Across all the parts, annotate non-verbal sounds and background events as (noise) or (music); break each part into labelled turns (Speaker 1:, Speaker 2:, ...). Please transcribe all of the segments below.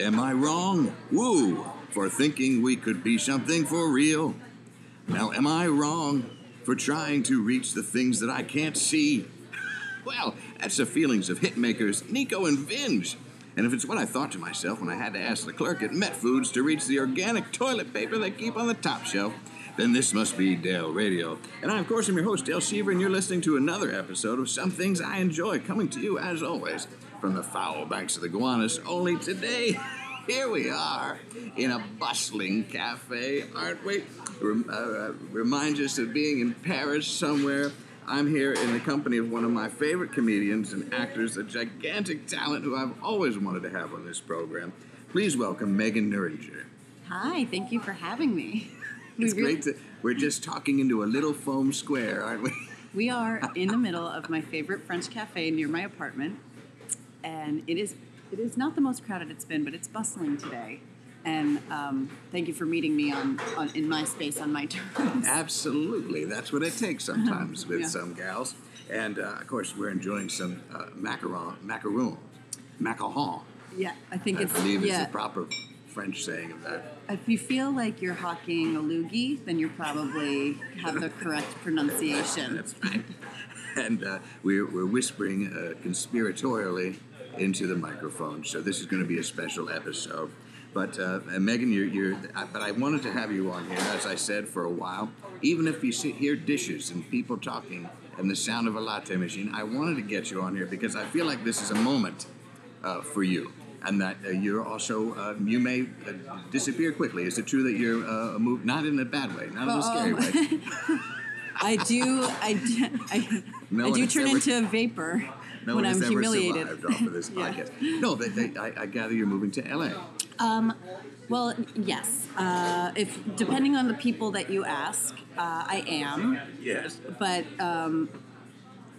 Speaker 1: Am I wrong? Woo! For thinking we could be something for real. Now, am I wrong for trying to reach the things that I can't see? (laughs) Well, that's the feelings of hitmakers Nico and Vinge. And if it's what I thought to myself when I had to ask the clerk at Met Foods to reach the organic toilet paper they keep on the top shelf, then this must be Dale Radio. And I, of course, am your host, Dale Seaver, and you're listening to another episode of Some Things I Enjoy, coming to you, as always, from the foul banks of the Gowanus. Only today, (laughs) here we are in a bustling cafe, aren't we? Rem- uh, uh, reminds us of being in Paris somewhere. I'm here in the company of one of my favorite comedians and actors, a gigantic talent who I've always wanted to have on this program. Please welcome Megan Nuringer.
Speaker 2: Hi, thank you for having me.
Speaker 1: (laughs)
Speaker 2: We
Speaker 1: It's
Speaker 2: really-
Speaker 1: great to. We're just talking into a little foam square, aren't we? (laughs)
Speaker 2: We are in the middle of my favorite French cafe near my apartment, and it is it is not the most crowded it's been, but it's bustling today. And um, thank you for meeting me on, on in my space on my (laughs) terms.
Speaker 1: Absolutely. That's what it takes sometimes with
Speaker 2: Uh-huh. Yeah.
Speaker 1: some gals. And uh, of course, we're enjoying some uh, macaron, macaron, macaron.
Speaker 2: Yeah, I think
Speaker 1: I
Speaker 2: it's
Speaker 1: believe is
Speaker 2: yeah.
Speaker 1: the proper French saying of that.
Speaker 2: If you feel like you're hawking a loogie, then you probably have the correct pronunciation.
Speaker 1: That's right. And uh, we're, we're whispering uh, conspiratorially into the microphone. So this is going to be a special episode. But uh, and Megan, you're, you're I, but I wanted to have you on here, as I said, for a while. Even if you sit, hear dishes and people talking and the sound of a latte machine, I wanted to get you on here because I feel like this is a moment uh, for you. And that uh, you're also uh, you may uh, disappear quickly. Is it true that you're uh, moved not in a bad way, not in a scary way?
Speaker 2: I do. I do, I,
Speaker 1: No
Speaker 2: I
Speaker 1: one
Speaker 2: do
Speaker 1: has
Speaker 2: turn
Speaker 1: ever-
Speaker 2: into a vapor
Speaker 1: No
Speaker 2: when
Speaker 1: one
Speaker 2: I'm
Speaker 1: has ever
Speaker 2: humiliated.
Speaker 1: survived off of this
Speaker 2: (laughs) Yeah.
Speaker 1: podcast. No, they, they, I, I gather you're moving to LA.
Speaker 2: Um, well, yes. Uh, if depending on the people that you ask, uh, I am.
Speaker 1: Yes.
Speaker 2: But um,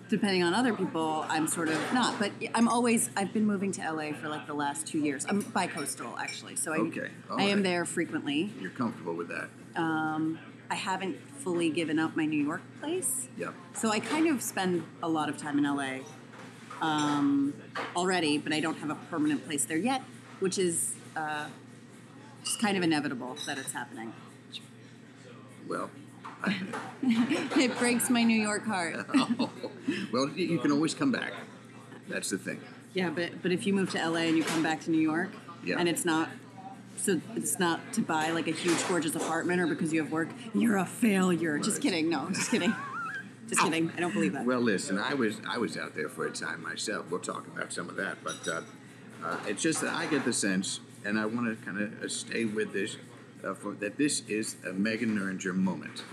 Speaker 2: depending on other people, I'm sort of not. But I'm always. I've been moving to LA for like the last two years. I'm bi-coastal actually, so I
Speaker 1: Okay, all
Speaker 2: I am
Speaker 1: right.
Speaker 2: there frequently.
Speaker 1: You're comfortable with that.
Speaker 2: I haven't fully given up my New York place.
Speaker 1: Yep.
Speaker 2: So I kind of spend a lot of time in LA um, already, but I don't have a permanent place there yet, which is uh, just kind of inevitable that it's happening.
Speaker 1: Well, (laughs)
Speaker 2: It breaks my New York heart.
Speaker 1: well, y- you can always come back. That's the thing.
Speaker 2: yeah, but but if you move to LA and you come back to New York,
Speaker 1: Yeah.
Speaker 2: and it's not. So it's not to buy like a huge gorgeous apartment or because you have work, you're a failure. Just kidding. No, just kidding. Just kidding. I don't believe that.
Speaker 1: Well, listen, I was I was out there for a time myself. We'll talk about some of that, but uh, uh, it's just that I get the sense, and I want to kind of uh, stay with this, uh, for, that this is a Megan Nuringer moment.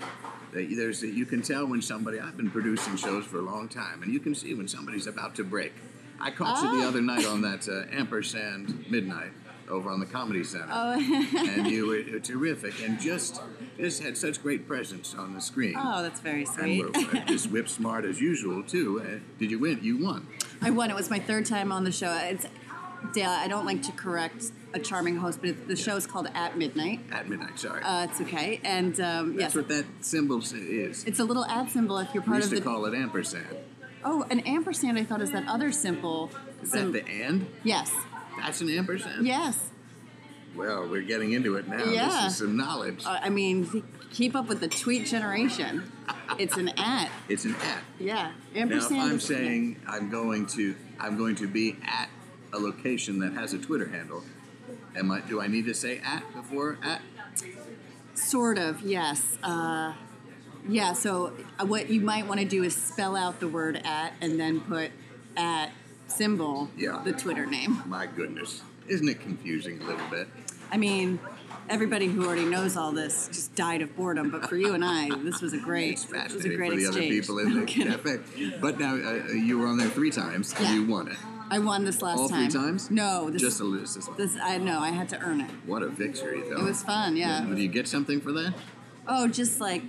Speaker 1: That there's that you can tell when somebody. I've been producing shows for a long time, and you can see when somebody's about to break. I caught you the
Speaker 2: Ah.
Speaker 1: other night on that uh, ampersand midnight over on the Comedy Center
Speaker 2: oh.
Speaker 1: and you were uh, terrific and just just had such great presence on the screen.
Speaker 2: oh, that's very
Speaker 1: And
Speaker 2: sweet.
Speaker 1: we're uh, just whip smart as usual too. Uh, did you win? You won.
Speaker 2: (laughs) I won. It was my third time on the show. It's Dale. I don't like to correct a charming host, but it, the show is called At Midnight.
Speaker 1: At midnight, sorry.
Speaker 2: Uh, it's okay, and um,
Speaker 1: That's
Speaker 2: yes,
Speaker 1: what that symbol s- is.
Speaker 2: it's a little ad symbol if you're
Speaker 1: We
Speaker 2: part
Speaker 1: used
Speaker 2: of
Speaker 1: to
Speaker 2: the.
Speaker 1: call it ampersand.
Speaker 2: oh, an ampersand. I thought is that other symbol.
Speaker 1: Is
Speaker 2: Sim-
Speaker 1: that the and?
Speaker 2: yes,
Speaker 1: That's an ampersand.
Speaker 2: yes.
Speaker 1: Well, we're getting into it now.
Speaker 2: Yeah.
Speaker 1: This is some knowledge.
Speaker 2: Uh, I mean, keep up with the tweet generation. It's an at.
Speaker 1: it's an at.
Speaker 2: Yeah,
Speaker 1: Now,
Speaker 2: ampersand.
Speaker 1: I'm
Speaker 2: is-
Speaker 1: saying I'm going to I'm going to be at a location that has a Twitter handle. Am I? Do I need to say at before at?
Speaker 2: Sort of, yes. Uh, yeah, so uh, what you might want to do is spell out the word at and then put at symbol,
Speaker 1: Yeah.
Speaker 2: the Twitter name.
Speaker 1: My goodness, isn't it confusing a little bit?
Speaker 2: I mean, everybody who already knows all this just died of boredom, but for you and I, this was a great,
Speaker 1: It's
Speaker 2: this was
Speaker 1: fascinating
Speaker 2: a great
Speaker 1: for the other
Speaker 2: exchange. (laughs)
Speaker 1: people in the
Speaker 2: Okay.
Speaker 1: cafe. But now uh, you were on there three times. and
Speaker 2: Yeah.
Speaker 1: You won it.
Speaker 2: I won this last
Speaker 1: All
Speaker 2: time.
Speaker 1: three times?
Speaker 2: No, this,
Speaker 1: Just a little. Just a-
Speaker 2: this I no, I had to earn it.
Speaker 1: what a victory, though.
Speaker 2: It was fun, yeah.
Speaker 1: Did you get something for that?
Speaker 2: Oh, just like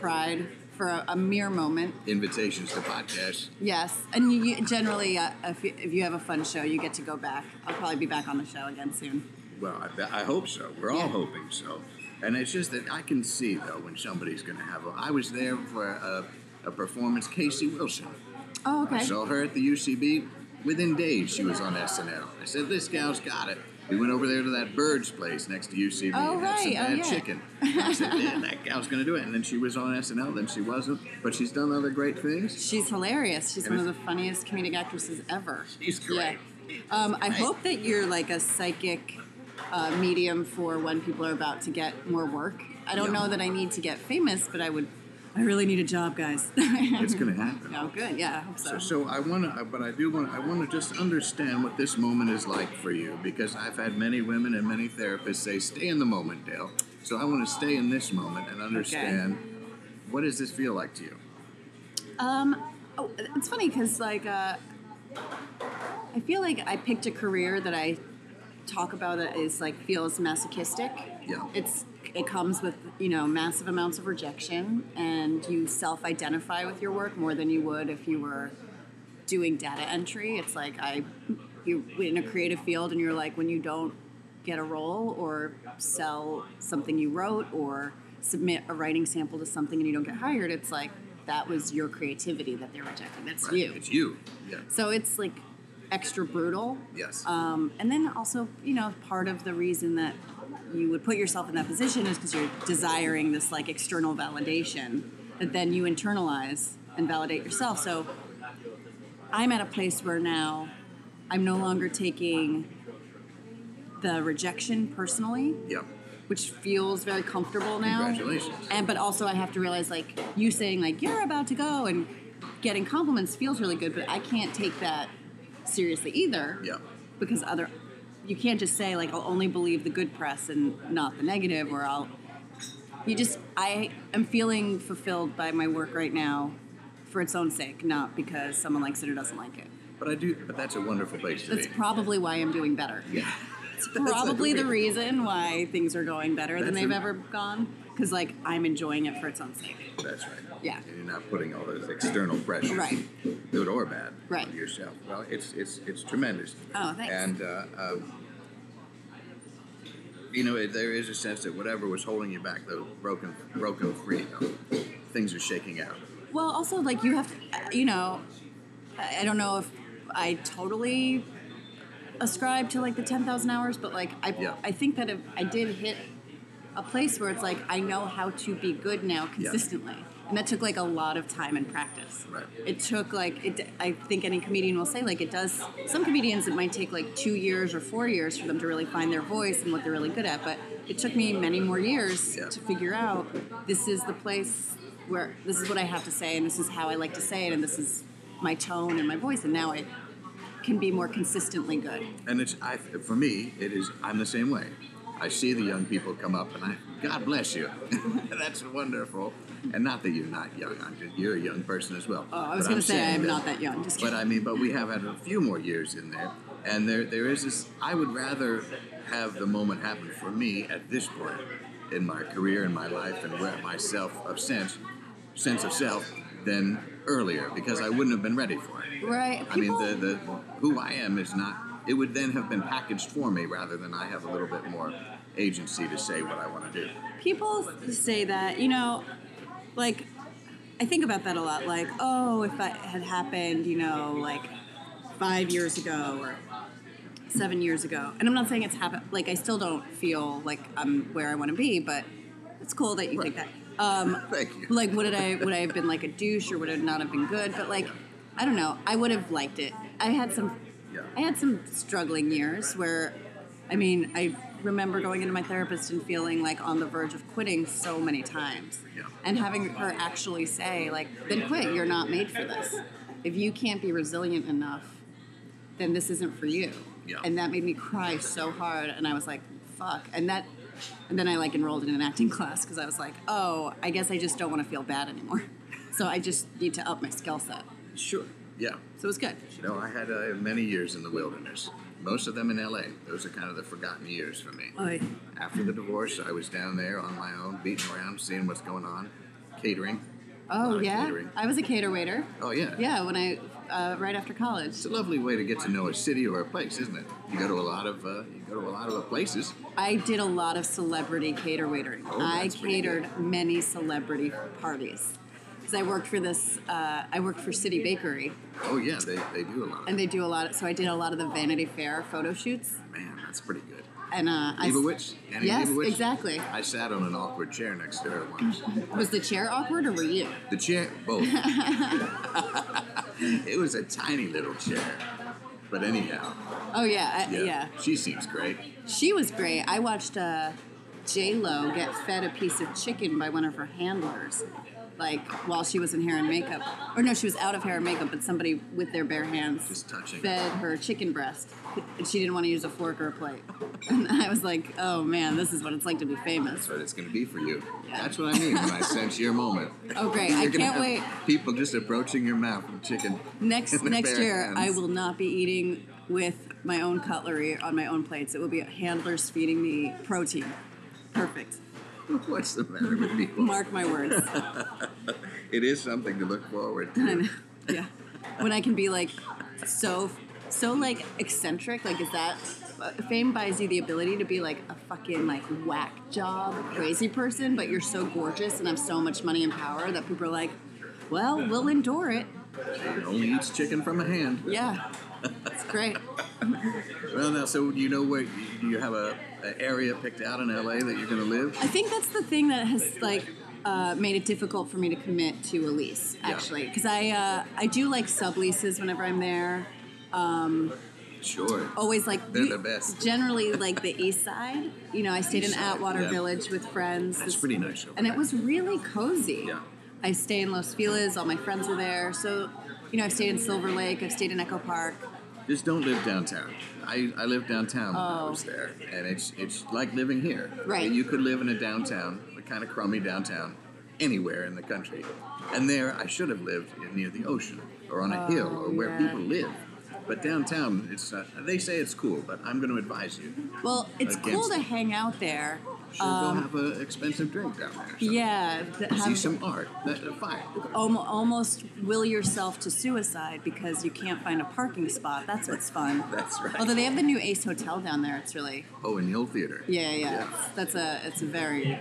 Speaker 2: pride for a, a mere moment.
Speaker 1: Invitations to podcasts.
Speaker 2: Yes, and you- you, generally, uh, if you, if you have a fun show, you get to go back. I'll probably be back on the show again soon.
Speaker 1: Well, I, I hope so. We're all
Speaker 2: Yeah.
Speaker 1: hoping so. And it's just that I can see though when somebody's going to have. A, I was there for a, a performance. Casey Wilson.
Speaker 2: Oh, okay.
Speaker 1: I saw her at the UCB. Within days, she was on SNL. I said, "This gal's got it." We went over there to that bird's place next to UCB
Speaker 2: Oh,
Speaker 1: and had some
Speaker 2: right. Oh,
Speaker 1: bad
Speaker 2: yeah.
Speaker 1: chicken. I said, "Man, that gal's going to do it. And then she was on SNL, then she wasn't. But she's done other great things.
Speaker 2: She's hilarious. She's
Speaker 1: And
Speaker 2: one of the
Speaker 1: it's-
Speaker 2: funniest comedic actresses ever.
Speaker 1: She's great.
Speaker 2: Yeah. Um, I
Speaker 1: Right.
Speaker 2: hope that you're like a psychic uh, medium for when people are about to get more work. I don't
Speaker 1: Yeah.
Speaker 2: know that I need to get famous, but I would. I really need a job, guys. (laughs)
Speaker 1: It's going to happen.
Speaker 2: Oh, good. Yeah, I hope so.
Speaker 1: So, so I want to, but I do want, I want to just understand what this moment is like for you because I've had many women and many therapists say, stay in the moment, Dale. So I want to stay in this moment and understand what does this feel like to you?
Speaker 2: Um, oh, it's funny because like uh, I feel like I picked a career that I talk about that is like feels masochistic.
Speaker 1: Yeah.
Speaker 2: It's it comes with you know massive amounts of rejection, and you self-identify with your work more than you would if you were doing data entry. It's like I you in a creative field, and you're like when you don't get a role or sell something you wrote or submit a writing sample to something and you don't get hired, it's like that was your creativity that they're rejecting. That's
Speaker 1: Right?
Speaker 2: you.
Speaker 1: It's you. Yeah.
Speaker 2: So it's like extra brutal.
Speaker 1: Yes.
Speaker 2: Um, and then also, you know, part of the reason that you would put yourself in that position is because you're desiring this like external validation that then you internalize and validate yourself. So I'm at a place where now I'm no longer taking the rejection personally
Speaker 1: yeah.
Speaker 2: which feels very comfortable now.
Speaker 1: Congratulations.
Speaker 2: And but also I have to realize like you saying like you're about to go and getting compliments feels really good, but I can't take that seriously either.
Speaker 1: Yeah.
Speaker 2: Because other you can't just say like I'll only believe the good press and not the negative or I'll you just I am feeling fulfilled by my work right now for its own sake, not because someone likes it or doesn't like it.
Speaker 1: But I do, but that's a wonderful place to
Speaker 2: That's
Speaker 1: be.
Speaker 2: probably why I'm doing better (laughs)
Speaker 1: yeah. (laughs) That's a
Speaker 2: probably the
Speaker 1: great-
Speaker 2: reason why things are going better than
Speaker 1: That's
Speaker 2: they've
Speaker 1: a-
Speaker 2: ever gone. Because like I'm enjoying it for its own sake.
Speaker 1: That's right.
Speaker 2: Yeah.
Speaker 1: And you're not putting all those external pressures,
Speaker 2: Right.
Speaker 1: good or bad,
Speaker 2: Right.
Speaker 1: on yourself. Well, it's it's it's tremendous.
Speaker 2: Oh, thanks.
Speaker 1: And uh, um, you know, it, there is a sense that whatever was holding you back, though, broken broken free, though, things are shaking out.
Speaker 2: Well, also like you have to, uh, you know, I I don't know if I totally ascribe to like the ten thousand hours, but like I
Speaker 1: Yeah.
Speaker 2: I think that if I did hit a place where it's like I know how to be good now consistently. And that took like a lot of time and practice.
Speaker 1: Right.
Speaker 2: It took like it. I think any comedian will say like it does. Some comedians it might take like two years or four years for them to really find their voice and what they're really good at. But it took me many more years
Speaker 1: Yeah.
Speaker 2: to figure out this is the place where this is what I have to say and this is how I like to say it and this is my tone and my voice and now I can be more consistently good.
Speaker 1: And it's I, for me, it is. I'm the same way. I see the young people come up, and I, God bless you. (laughs) That's wonderful. And not that you're not young. I'm just, you're a young person as well.
Speaker 2: Oh, I was
Speaker 1: But
Speaker 2: going
Speaker 1: I'm
Speaker 2: to say I
Speaker 1: saying
Speaker 2: am
Speaker 1: that-
Speaker 2: not that young. Just
Speaker 1: But
Speaker 2: kidding.
Speaker 1: I mean, but we have had a few more years in there, and there there is this. I would rather have the moment happen for me at this point in my career, in my life, and where myself of sense, sense of self, than earlier because I wouldn't have been ready for it.
Speaker 2: right.
Speaker 1: I mean,
Speaker 2: People,
Speaker 1: the, the who I am is not. It would then have been packaged for me rather than I have a little bit more agency to say what I want to do.
Speaker 2: people say that, you know, like I think about that a lot. Like, oh, if that had happened, you know, like five years ago or seven years ago. And I'm not saying it's happened. Like, I still don't feel like I'm where I want to be, but it's cool that you think that.
Speaker 1: Right.
Speaker 2: Um,
Speaker 1: Thank you.
Speaker 2: like would it I would I have been like a douche or would it not have been good? But like I don't know. I would have liked it. I had some
Speaker 1: Yeah.
Speaker 2: I had some struggling years where I mean, I remember going into my therapist and feeling like on the verge of quitting so many times.
Speaker 1: Yeah.
Speaker 2: And having her actually say like then quit, you're not made for this. If you can't be resilient enough, then this isn't for you.
Speaker 1: Yeah.
Speaker 2: And that made me cry so hard and I was like, fuck. And that and then I like enrolled in an acting class because I was like, oh, I guess I just don't want to feel bad anymore. (laughs) So I just need to up my skill set.
Speaker 1: Sure. Yeah.
Speaker 2: So it was good.
Speaker 1: No, I had uh, many years in the wilderness. Most of them in L.A. Those are kind of the forgotten years for me. After the divorce, I was down there on my own, beating around, seeing what's going on, catering. A lot
Speaker 2: Oh
Speaker 1: of
Speaker 2: yeah,
Speaker 1: catering.
Speaker 2: I was a cater waiter.
Speaker 1: Oh yeah.
Speaker 2: Yeah, when I uh, right after college,
Speaker 1: It's a lovely way to get to know a city or a place, isn't it? You go to a lot of uh, you go to a lot of places.
Speaker 2: I did a lot of celebrity cater waitering.
Speaker 1: Oh,
Speaker 2: I
Speaker 1: that's pretty
Speaker 2: catered many celebrity parties. because I worked for this. Uh, I worked for City Bakery,
Speaker 1: Oh yeah, they, they do a lot.
Speaker 2: and they do a lot. Of, so I did a lot of the Vanity Fair photo shoots,
Speaker 1: Man, that's pretty good.
Speaker 2: and uh, I s-
Speaker 1: Leibowitz? Annie
Speaker 2: Yes,
Speaker 1: Leibowitz?
Speaker 2: exactly.
Speaker 1: I sat on an awkward chair next to her once.
Speaker 2: Was the chair awkward or were you?
Speaker 1: The chair,
Speaker 2: (laughs)
Speaker 1: both. it was a tiny little chair. But anyhow,
Speaker 2: Oh yeah, I,
Speaker 1: yeah,
Speaker 2: yeah.
Speaker 1: she seems great.
Speaker 2: She was great. I watched uh, J Lo get fed a piece of chicken by one of her handlers, like while she was in hair and makeup, or no, she was out of hair and makeup, but somebody with their bare hands
Speaker 1: Just touching.
Speaker 2: fed her chicken breast, and she didn't want to use a fork or a plate. And I was like, oh man, this is what it's like to be famous.
Speaker 1: But it's going to be for you.
Speaker 2: Yeah.
Speaker 1: That's what I mean when I sense your moment.
Speaker 2: Oh (laughs) great,
Speaker 1: You're
Speaker 2: I
Speaker 1: gonna
Speaker 2: can't
Speaker 1: have
Speaker 2: wait.
Speaker 1: People just approaching your mouth with chicken. (laughs)
Speaker 2: Next
Speaker 1: in their
Speaker 2: next
Speaker 1: bare
Speaker 2: year, I
Speaker 1: hands.
Speaker 2: will not be eating with my own cutlery on my own plates. It will be handlers feeding me protein. Perfect.
Speaker 1: What's the matter with people?
Speaker 2: Mark my words.
Speaker 1: It is something to look forward
Speaker 2: I know.
Speaker 1: to.
Speaker 2: Yeah. When I can be like so so like eccentric, like is that fame buys you the ability to be like a fucking like whack job crazy person, but you're so gorgeous and have so much money and power that people are like, well, we'll endure it.
Speaker 1: It only eats chicken from a hand.
Speaker 2: Yeah. It's great.
Speaker 1: Well, now, so do you know where do you have a, a area picked out in LA that you're going to live?
Speaker 2: I think that's the thing that has like uh, made it difficult for me to commit to a lease,
Speaker 1: Yeah.
Speaker 2: actually, because I uh, I do like subleases whenever I'm there.
Speaker 1: Sure.
Speaker 2: Always like
Speaker 1: They're the best. (laughs)
Speaker 2: Generally, like the East Side. You know, I stayed
Speaker 1: East
Speaker 2: in
Speaker 1: Side,
Speaker 2: Atwater
Speaker 1: yeah.
Speaker 2: Village with friends.
Speaker 1: That's
Speaker 2: This-
Speaker 1: pretty nice over
Speaker 2: and
Speaker 1: there.
Speaker 2: it was really cozy.
Speaker 1: Yeah.
Speaker 2: I stay in Los Feliz. All my friends are there. So, you know, I've stayed in Silver Lake. I've stayed in Echo Park.
Speaker 1: Just don't live downtown. I, I lived downtown when I
Speaker 2: Oh.
Speaker 1: was there, and it's it's like living here.
Speaker 2: Right.
Speaker 1: You could live in a downtown, a kind of crummy downtown, anywhere in the country. And there, I should have lived in- near the ocean or on a hill or where
Speaker 2: Oh, yeah.
Speaker 1: people live. But downtown, it's not, they say it's cool, but I'm going to advise you.
Speaker 2: Well, it's cool
Speaker 1: Against-
Speaker 2: to hang out there.
Speaker 1: Sure, go have an expensive drink down there. or something.
Speaker 2: Um, Yeah. to
Speaker 1: See
Speaker 2: have-
Speaker 1: some art. That, uh, fine.
Speaker 2: almo- almost will yourself to suicide because you can't find a parking spot. That's what's fun.
Speaker 1: (laughs) That's right.
Speaker 2: Although they have the new Ace Hotel down there, it's really
Speaker 1: Oh, and the old theater.
Speaker 2: yeah yeah. it's- That's a it's a very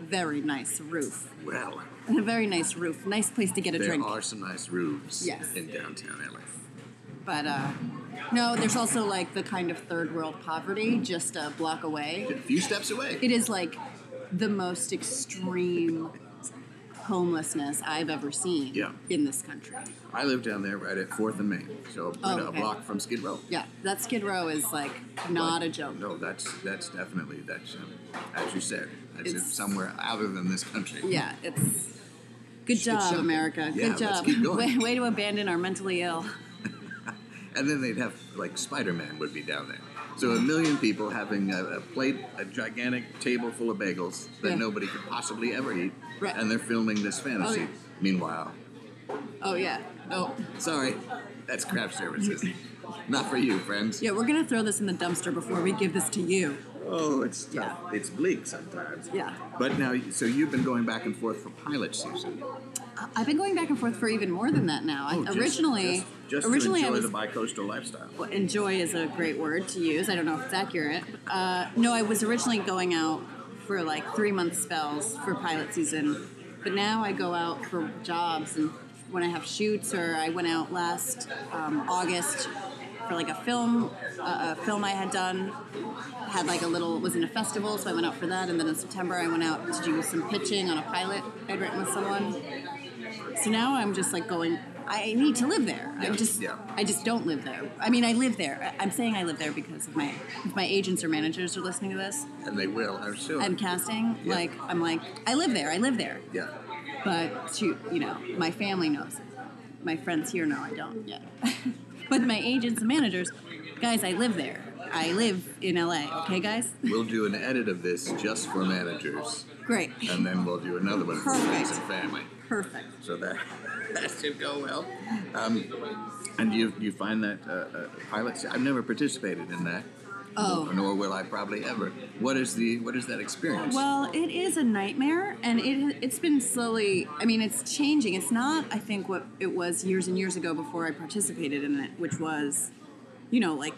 Speaker 2: very nice roof.
Speaker 1: Well,
Speaker 2: A very nice roof. Nice place to get a
Speaker 1: there
Speaker 2: drink.
Speaker 1: are some nice roofs
Speaker 2: Yes.
Speaker 1: in downtown LA.
Speaker 2: But uh, no, there's also like the kind of third world poverty just a block away.
Speaker 1: A few steps away.
Speaker 2: It is like the most extreme homelessness I've ever seen
Speaker 1: Yeah.
Speaker 2: in this country.
Speaker 1: I live down there right at Fourth and Main, so right
Speaker 2: Oh,
Speaker 1: a
Speaker 2: okay.
Speaker 1: block from Skid Row.
Speaker 2: Yeah, that Skid Row is like not a joke.
Speaker 1: No, that's that's definitely that's um, as you said, that's
Speaker 2: It's-
Speaker 1: somewhere other than this country.
Speaker 2: Yeah, it's good
Speaker 1: It's
Speaker 2: job,
Speaker 1: something.
Speaker 2: America.
Speaker 1: Yeah, let's
Speaker 2: good job.
Speaker 1: keep going.
Speaker 2: (laughs) Way, way to abandon our mentally ill.
Speaker 1: And then they'd have like Spider Man would be down there. So a million people having a, a plate, a gigantic table full of bagels that
Speaker 2: Yeah.
Speaker 1: nobody could possibly ever eat,
Speaker 2: Right. Oh,
Speaker 1: and they're filming this fantasy.
Speaker 2: yeah.
Speaker 1: Meanwhile,
Speaker 2: Oh yeah.
Speaker 1: no, sorry, that's craft
Speaker 2: (laughs)
Speaker 1: services, not for you, friends.
Speaker 2: Yeah, we're gonna throw this in the dumpster before we give this to you.
Speaker 1: Oh, it's tough.
Speaker 2: Yeah.
Speaker 1: It's bleak sometimes.
Speaker 2: Yeah.
Speaker 1: But now, so you've been going back and forth for pilot season.
Speaker 2: I- I've been going back and forth for even more than that now. I-
Speaker 1: Oh, just-
Speaker 2: originally,
Speaker 1: just, just
Speaker 2: originally
Speaker 1: to enjoy
Speaker 2: I was
Speaker 1: the bicoastal lifestyle.
Speaker 2: well, enjoy is a great word to use. I don't know if it's accurate. Uh, no, I was originally going out for like three month spells for pilot season, but now I go out for jobs and when I have shoots, or I went out last um, August for like a film, uh, a film I had done had like a little was in a festival, so I went out for that, and then in September I went out to do some pitching on a pilot I'd written with someone. So now I'm just like going. I need to live there.
Speaker 1: Yeah,
Speaker 2: I just,
Speaker 1: yeah.
Speaker 2: I just don't live there. I mean, I live there. I- I'm saying I live there because if my if my agents or managers are listening to this,
Speaker 1: And they will, I'm sure.
Speaker 2: I'm casting.
Speaker 1: Yeah.
Speaker 2: Like I'm like I live there. I live there.
Speaker 1: yeah.
Speaker 2: But to you know, my family knows. My friends here know I don't yet. (laughs) but my agents and managers, guys, I live there. I live in LA. Okay, guys.
Speaker 1: We'll do an edit of this just for managers,
Speaker 2: Great.
Speaker 1: and then we'll do another one for friends and
Speaker 2: Perfect.
Speaker 1: family.
Speaker 2: Perfect.
Speaker 1: So that, (laughs) that should go well. Um, and you you find that uh, uh, pilot? se- I've never participated in that,
Speaker 2: Oh.
Speaker 1: nor will I probably ever. What is the what is that experience?
Speaker 2: Well, it is a nightmare, and it it's been slowly. I mean, it's changing. It's not, I think, what it was years and years ago before I participated in it, which was, you know, like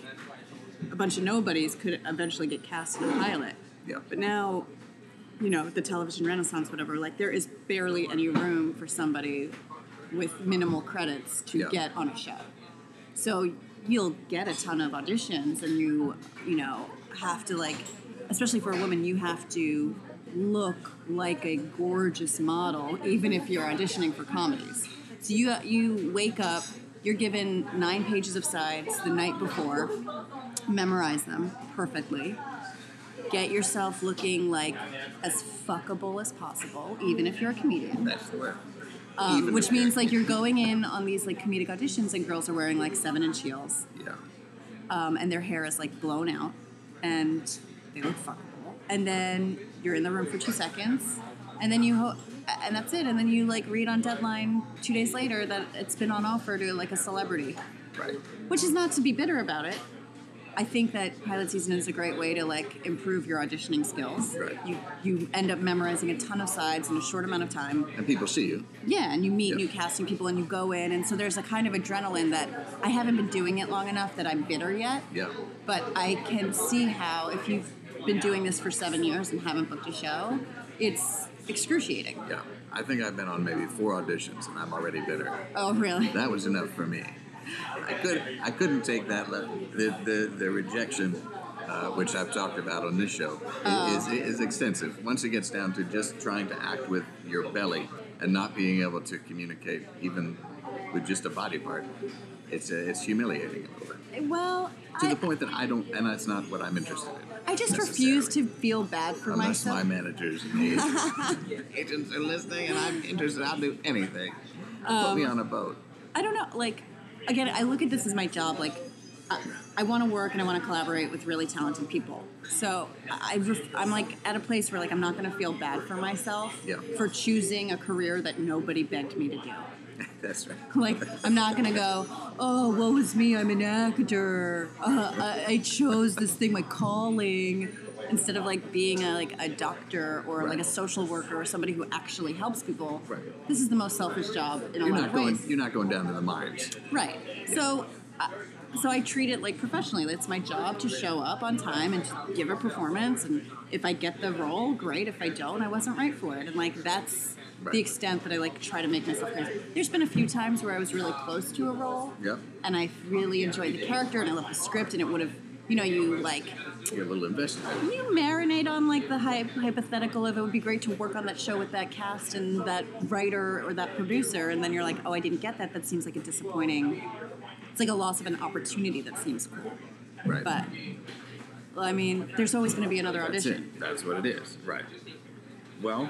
Speaker 2: a bunch of nobodies could eventually get cast in a pilot.
Speaker 1: yeah.
Speaker 2: But now, you know, the television renaissance, whatever, like there is barely any room for somebody with minimal credits to
Speaker 1: Yeah.
Speaker 2: get on a show. So you'll get a ton of auditions and you, you know, have to like, especially for a woman, you have to look like a gorgeous model, even if you're auditioning for comedies. So you, you wake up, you're given nine pages of sides the night before, memorize them perfectly get yourself looking like as fuckable as possible, even if you're a comedian.
Speaker 1: That's the word.
Speaker 2: Um,
Speaker 1: Even
Speaker 2: which
Speaker 1: if you're-
Speaker 2: means like you're going in on these like comedic auditions, and girls are wearing like seven inch heels,
Speaker 1: Yeah.
Speaker 2: um, and their hair is like blown out, and they look fuckable. And then you're in the room for two seconds, and then you ho- and that's it. And then you like read on Deadline two days later that it's been on offer to like a celebrity
Speaker 1: Right.
Speaker 2: which is not to be bitter about it. I think that pilot season is a great way to like improve your auditioning skills.
Speaker 1: Right.
Speaker 2: You you end up memorizing a ton of sides in a short amount of time.
Speaker 1: And people see you.
Speaker 2: Yeah, and you meet
Speaker 1: Yeah.
Speaker 2: new casting people and you go in and so there's a kind of adrenaline that I haven't been doing it long enough that I'm bitter yet.
Speaker 1: Yeah.
Speaker 2: But I can see how if you've been doing this for 7 years and haven't booked a show, it's excruciating.
Speaker 1: Yeah. I think I've been on maybe four auditions and I'm already bitter.
Speaker 2: Oh, really?
Speaker 1: That was enough for me. I could I couldn't take that level. The the, the rejection, uh, which I've talked about on this show,
Speaker 2: Oh.
Speaker 1: i- is, is extensive. Once it gets down to just trying to act with your belly and not being able to communicate even with just a body part, it's uh it's humiliating a little bit.
Speaker 2: Well,
Speaker 1: To
Speaker 2: I,
Speaker 1: the point that I don't, and that's not what I'm interested in.
Speaker 2: I just refuse
Speaker 1: necessarily.
Speaker 2: to feel bad for
Speaker 1: Unless
Speaker 2: myself.
Speaker 1: my managers and agents, agents are (laughs) listening and I'm interested, I'll do anything. Put
Speaker 2: Um,
Speaker 1: me on a boat. (laughs)
Speaker 2: I don't know. Like, again, I look at this as my job. Like, I, I want to work and I want to collaborate with really talented people. So I, I ref- I'm like at a place where like I'm not going to feel bad for myself
Speaker 1: Yeah.
Speaker 2: for choosing a career that nobody begged me to do. (laughs)
Speaker 1: That's right.
Speaker 2: Like, I'm not going to go, oh, woe is me, I'm an actor. Uh, I, I chose this thing, my calling. Instead of like being a, like a doctor or like a
Speaker 1: Right.
Speaker 2: social worker or somebody who actually helps people,
Speaker 1: Right.
Speaker 2: this is the most selfish job in a
Speaker 1: You're
Speaker 2: lot
Speaker 1: not
Speaker 2: of ways.
Speaker 1: going. You're not going down to the mines.
Speaker 2: Right. So, I so I treat it like professionally. That's my job to show up on time and to give a performance. And if I get the role, great. If I don't, I wasn't right for it. And like that's
Speaker 1: Right.
Speaker 2: the extent that I like try to make myself. Crazy. There's been a few times where I was really close to a role.
Speaker 1: Yep.
Speaker 2: And I really enjoyed the character and I loved the script and it would have, you know, you like
Speaker 1: You're a little invested.
Speaker 2: you marinate on like the hy- hypothetical of it would be great to work on that show with that cast and that writer or that producer and then you're like oh i didn't get that that seems like a disappointing it's like a loss of an opportunity that seems cool
Speaker 1: Right.
Speaker 2: but well, i mean there's always going to be another
Speaker 1: That's
Speaker 2: audition
Speaker 1: it. That's what it is. Right. Well,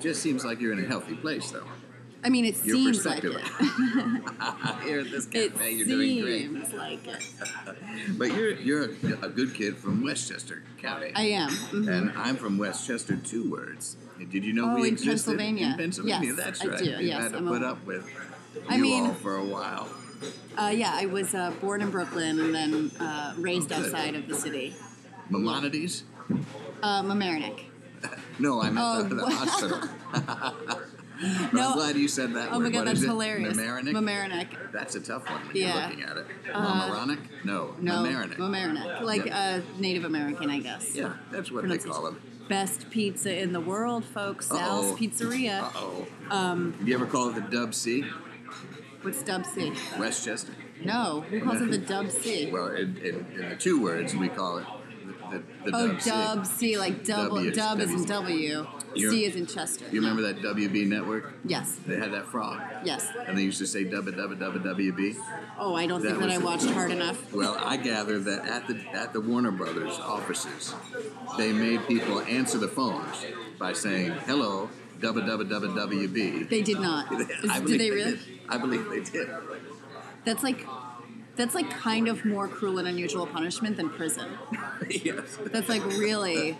Speaker 1: just seems like you're in a healthy place, though. (laughs)
Speaker 2: i mean it
Speaker 1: Your
Speaker 2: seems like it
Speaker 1: perspective. Here at this (laughs)
Speaker 2: it
Speaker 1: cafe, you're doing great.
Speaker 2: seems like it
Speaker 1: But you're you're a good kid from Westchester County.
Speaker 2: i am Mhm.
Speaker 1: and I'm from Westchester, two words. And Did you know
Speaker 2: Oh,
Speaker 1: we
Speaker 2: in
Speaker 1: existed
Speaker 2: Pennsylvania.
Speaker 1: in Pennsylvania?
Speaker 2: Yes,
Speaker 1: that's
Speaker 2: I
Speaker 1: right.
Speaker 2: do.
Speaker 1: We've
Speaker 2: Yes,
Speaker 1: had to
Speaker 2: I'm
Speaker 1: put
Speaker 2: a-
Speaker 1: up with
Speaker 2: I
Speaker 1: you
Speaker 2: mean-
Speaker 1: all for a while.
Speaker 2: uh, yeah i was uh, born in brooklyn and then uh, raised
Speaker 1: Oh, good.
Speaker 2: outside of the city
Speaker 1: Melanides?
Speaker 2: um, a Marinick.
Speaker 1: No, I meant
Speaker 2: Oh,
Speaker 1: the, the
Speaker 2: wow. (laughs)
Speaker 1: hospital. I'm
Speaker 2: no
Speaker 1: glad you said that.
Speaker 2: oh my
Speaker 1: one.
Speaker 2: god
Speaker 1: What
Speaker 2: that's
Speaker 1: is it?
Speaker 2: hilarious
Speaker 1: Mamaroneck?
Speaker 2: Mamaroneck.
Speaker 1: That's a tough one when
Speaker 2: Yeah.
Speaker 1: you're looking at it.
Speaker 2: Uh,
Speaker 1: Mamaronic? No.
Speaker 2: No,
Speaker 1: Mamaroneck.
Speaker 2: Mamaroneck. Like
Speaker 1: Yeah.
Speaker 2: uh, Native American, I guess.
Speaker 1: Yeah, that's what they
Speaker 2: Pronunciation.
Speaker 1: call them.
Speaker 2: Best pizza in the world, folks. Sal's
Speaker 1: Uh-oh.
Speaker 2: Pizzeria.
Speaker 1: Uh oh. Um, you ever call it the Dub C?
Speaker 2: What's Dub C?
Speaker 1: Westchester?
Speaker 2: No, who calls it the Dub C?
Speaker 1: Well, in, in, in the two words, we call it the, the, the
Speaker 2: oh,
Speaker 1: Dub C.
Speaker 2: Dub C, like double.
Speaker 1: W is-
Speaker 2: dub is in W. C
Speaker 1: You're-
Speaker 2: is in Chester.
Speaker 1: You remember that WB network?
Speaker 2: Yes.
Speaker 1: They had that frog.
Speaker 2: Yes.
Speaker 1: And they used to say dubba dubba dubba WB.
Speaker 2: Oh, I don't think
Speaker 1: That
Speaker 2: that I
Speaker 1: was-
Speaker 2: watched hard enough.
Speaker 1: Well, I gather that at the at the Warner Brothers offices, they made people answer the phones by saying hello, dubba dubba dubba WB.
Speaker 2: They did not.
Speaker 1: (laughs) I
Speaker 2: Is-
Speaker 1: believe
Speaker 2: Did they really?
Speaker 1: did. I believe they did. (laughs)
Speaker 2: That's like. That's like kind of more cruel and unusual punishment than prison.
Speaker 1: yes.
Speaker 2: That's like really,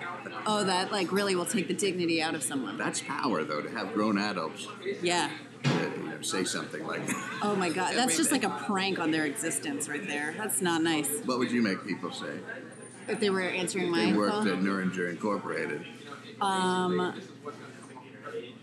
Speaker 2: oh, that like really will take the dignity out of someone.
Speaker 1: That's power, though, to have grown adults
Speaker 2: Yeah.
Speaker 1: uh, you know, say something like that.
Speaker 2: Oh my god, that's just like
Speaker 1: Everything.
Speaker 2: a prank on their existence right there. That's not nice.
Speaker 1: What would you make people say?
Speaker 2: If they were answering
Speaker 1: They
Speaker 2: my
Speaker 1: worked
Speaker 2: phone,
Speaker 1: at Nuringer Incorporated.
Speaker 2: um,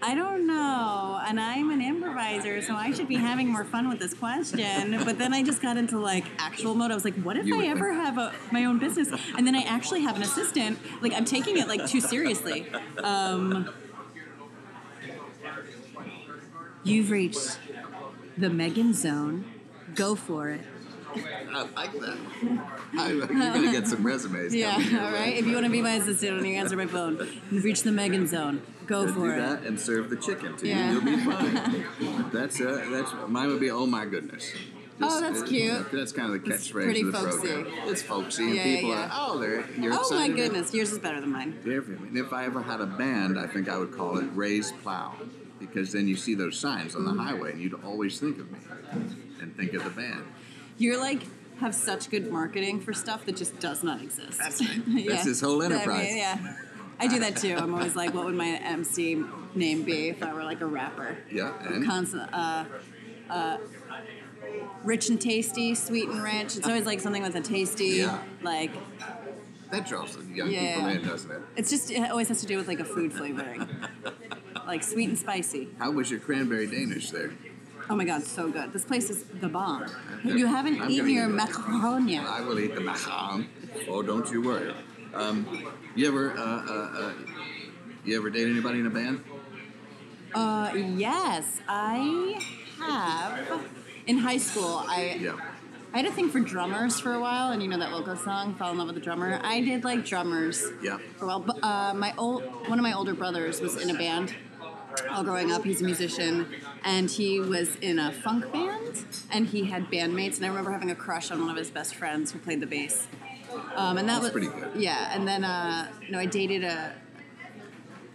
Speaker 2: I don't know. And I'm an improviser, so I should be having more fun with this question. But then I just got into like actual mode. I was like, what if
Speaker 1: You
Speaker 2: I
Speaker 1: would-
Speaker 2: ever have a, my own business? And then I actually have an assistant. Like, I'm taking it like too seriously. Um, you've reached the Megan zone. Go for it.
Speaker 1: I like that.
Speaker 2: (laughs)
Speaker 1: I, you're gonna get some resumes.
Speaker 2: Yeah,
Speaker 1: coming your
Speaker 2: (laughs) all
Speaker 1: way.
Speaker 2: right. If you want to be my assistant and you answer my phone, you've reached the Megan zone. Go
Speaker 1: Just
Speaker 2: for
Speaker 1: do
Speaker 2: it.
Speaker 1: that and serve the chicken to
Speaker 2: Yeah.
Speaker 1: you. You'll
Speaker 2: (laughs)
Speaker 1: be fine. that's uh, that's mine would be oh my goodness. uh,
Speaker 2: Oh, that's cute.
Speaker 1: That's kind of the catchphrase
Speaker 2: pretty
Speaker 1: of the
Speaker 2: folksy.
Speaker 1: program. It's folksy, and
Speaker 2: Yeah,
Speaker 1: people
Speaker 2: yeah.
Speaker 1: are oh, they're you're
Speaker 2: Oh my
Speaker 1: excited.
Speaker 2: goodness, yours is better than mine.
Speaker 1: Different. And if I ever had a band, I think I would call it Ray's Plow, because then you see those signs on the
Speaker 2: Mm.
Speaker 1: highway, and you'd always think of me and think of the band.
Speaker 2: You're like have such good marketing for stuff that just does not exist. That's (laughs)
Speaker 1: That's his whole
Speaker 2: I
Speaker 1: enterprise.
Speaker 2: mean, yeah. I do that too. I'm always like, what would my MC name be if I were like a rapper?
Speaker 1: Yeah, and
Speaker 2: Constant, uh, uh, rich and tasty, sweet and rich. It's always like something with a tasty,
Speaker 1: Yeah.
Speaker 2: like
Speaker 1: that draws the young
Speaker 2: Yeah.
Speaker 1: people in, doesn't it?
Speaker 2: it's just it always has to do with like a food flavoring, like sweet and spicy.
Speaker 1: How was your cranberry Danish there?
Speaker 2: Oh my god, so good! This place is the bomb.
Speaker 1: Okay.
Speaker 2: You haven't
Speaker 1: I'm
Speaker 2: eaten
Speaker 1: gonna
Speaker 2: your
Speaker 1: eat it.
Speaker 2: macaron yet.
Speaker 1: I will eat the macaron. Oh, don't you worry. Um, you ever, uh, uh, uh, you ever date anybody in a band?
Speaker 2: Uh, yes, I have. In high school, I
Speaker 1: Yeah.
Speaker 2: I had a thing for drummers for a while, and you know that Wilco song, "Fall in Love with a Drummer." I did like drummers.
Speaker 1: Yeah.
Speaker 2: For a while, but uh, my old one of my older brothers was in a band. All growing up, he's a musician, and he was in a funk band, and he had bandmates. And I remember having a crush on one of his best friends who played the bass. Um, and
Speaker 1: That's
Speaker 2: that was
Speaker 1: pretty good.
Speaker 2: Yeah, and then uh, no, I dated a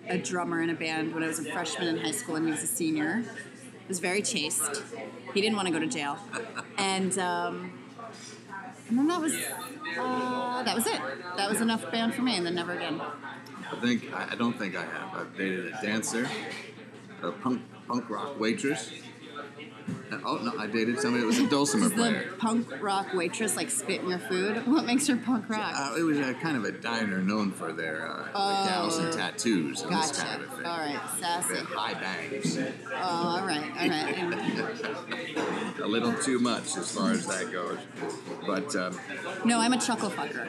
Speaker 2: a drummer in a band when I was a freshman in high school, and he was a senior. He was very chaste. He didn't want to go to jail, and um, and then that was uh, that was it. That was enough band for me, and then never again.
Speaker 1: I think I, I don't think I have. I've dated a dancer, a punk punk rock waitress. And, oh no, I dated somebody that was a dulcimer
Speaker 2: Does the
Speaker 1: player.
Speaker 2: punk rock waitress like spit in your food? (laughs) What makes her punk rock?
Speaker 1: Uh, it was a, kind of a diner known for their uh, the gals and tattoos and this
Speaker 2: Oh, gotcha.
Speaker 1: kind of a
Speaker 2: All
Speaker 1: thing.
Speaker 2: right,
Speaker 1: They
Speaker 2: sassy.
Speaker 1: had high bangs. (laughs)
Speaker 2: Oh, all right, all right. And-
Speaker 1: A little too much as far as that goes. But um,
Speaker 2: no, I'm a chuckle fucker.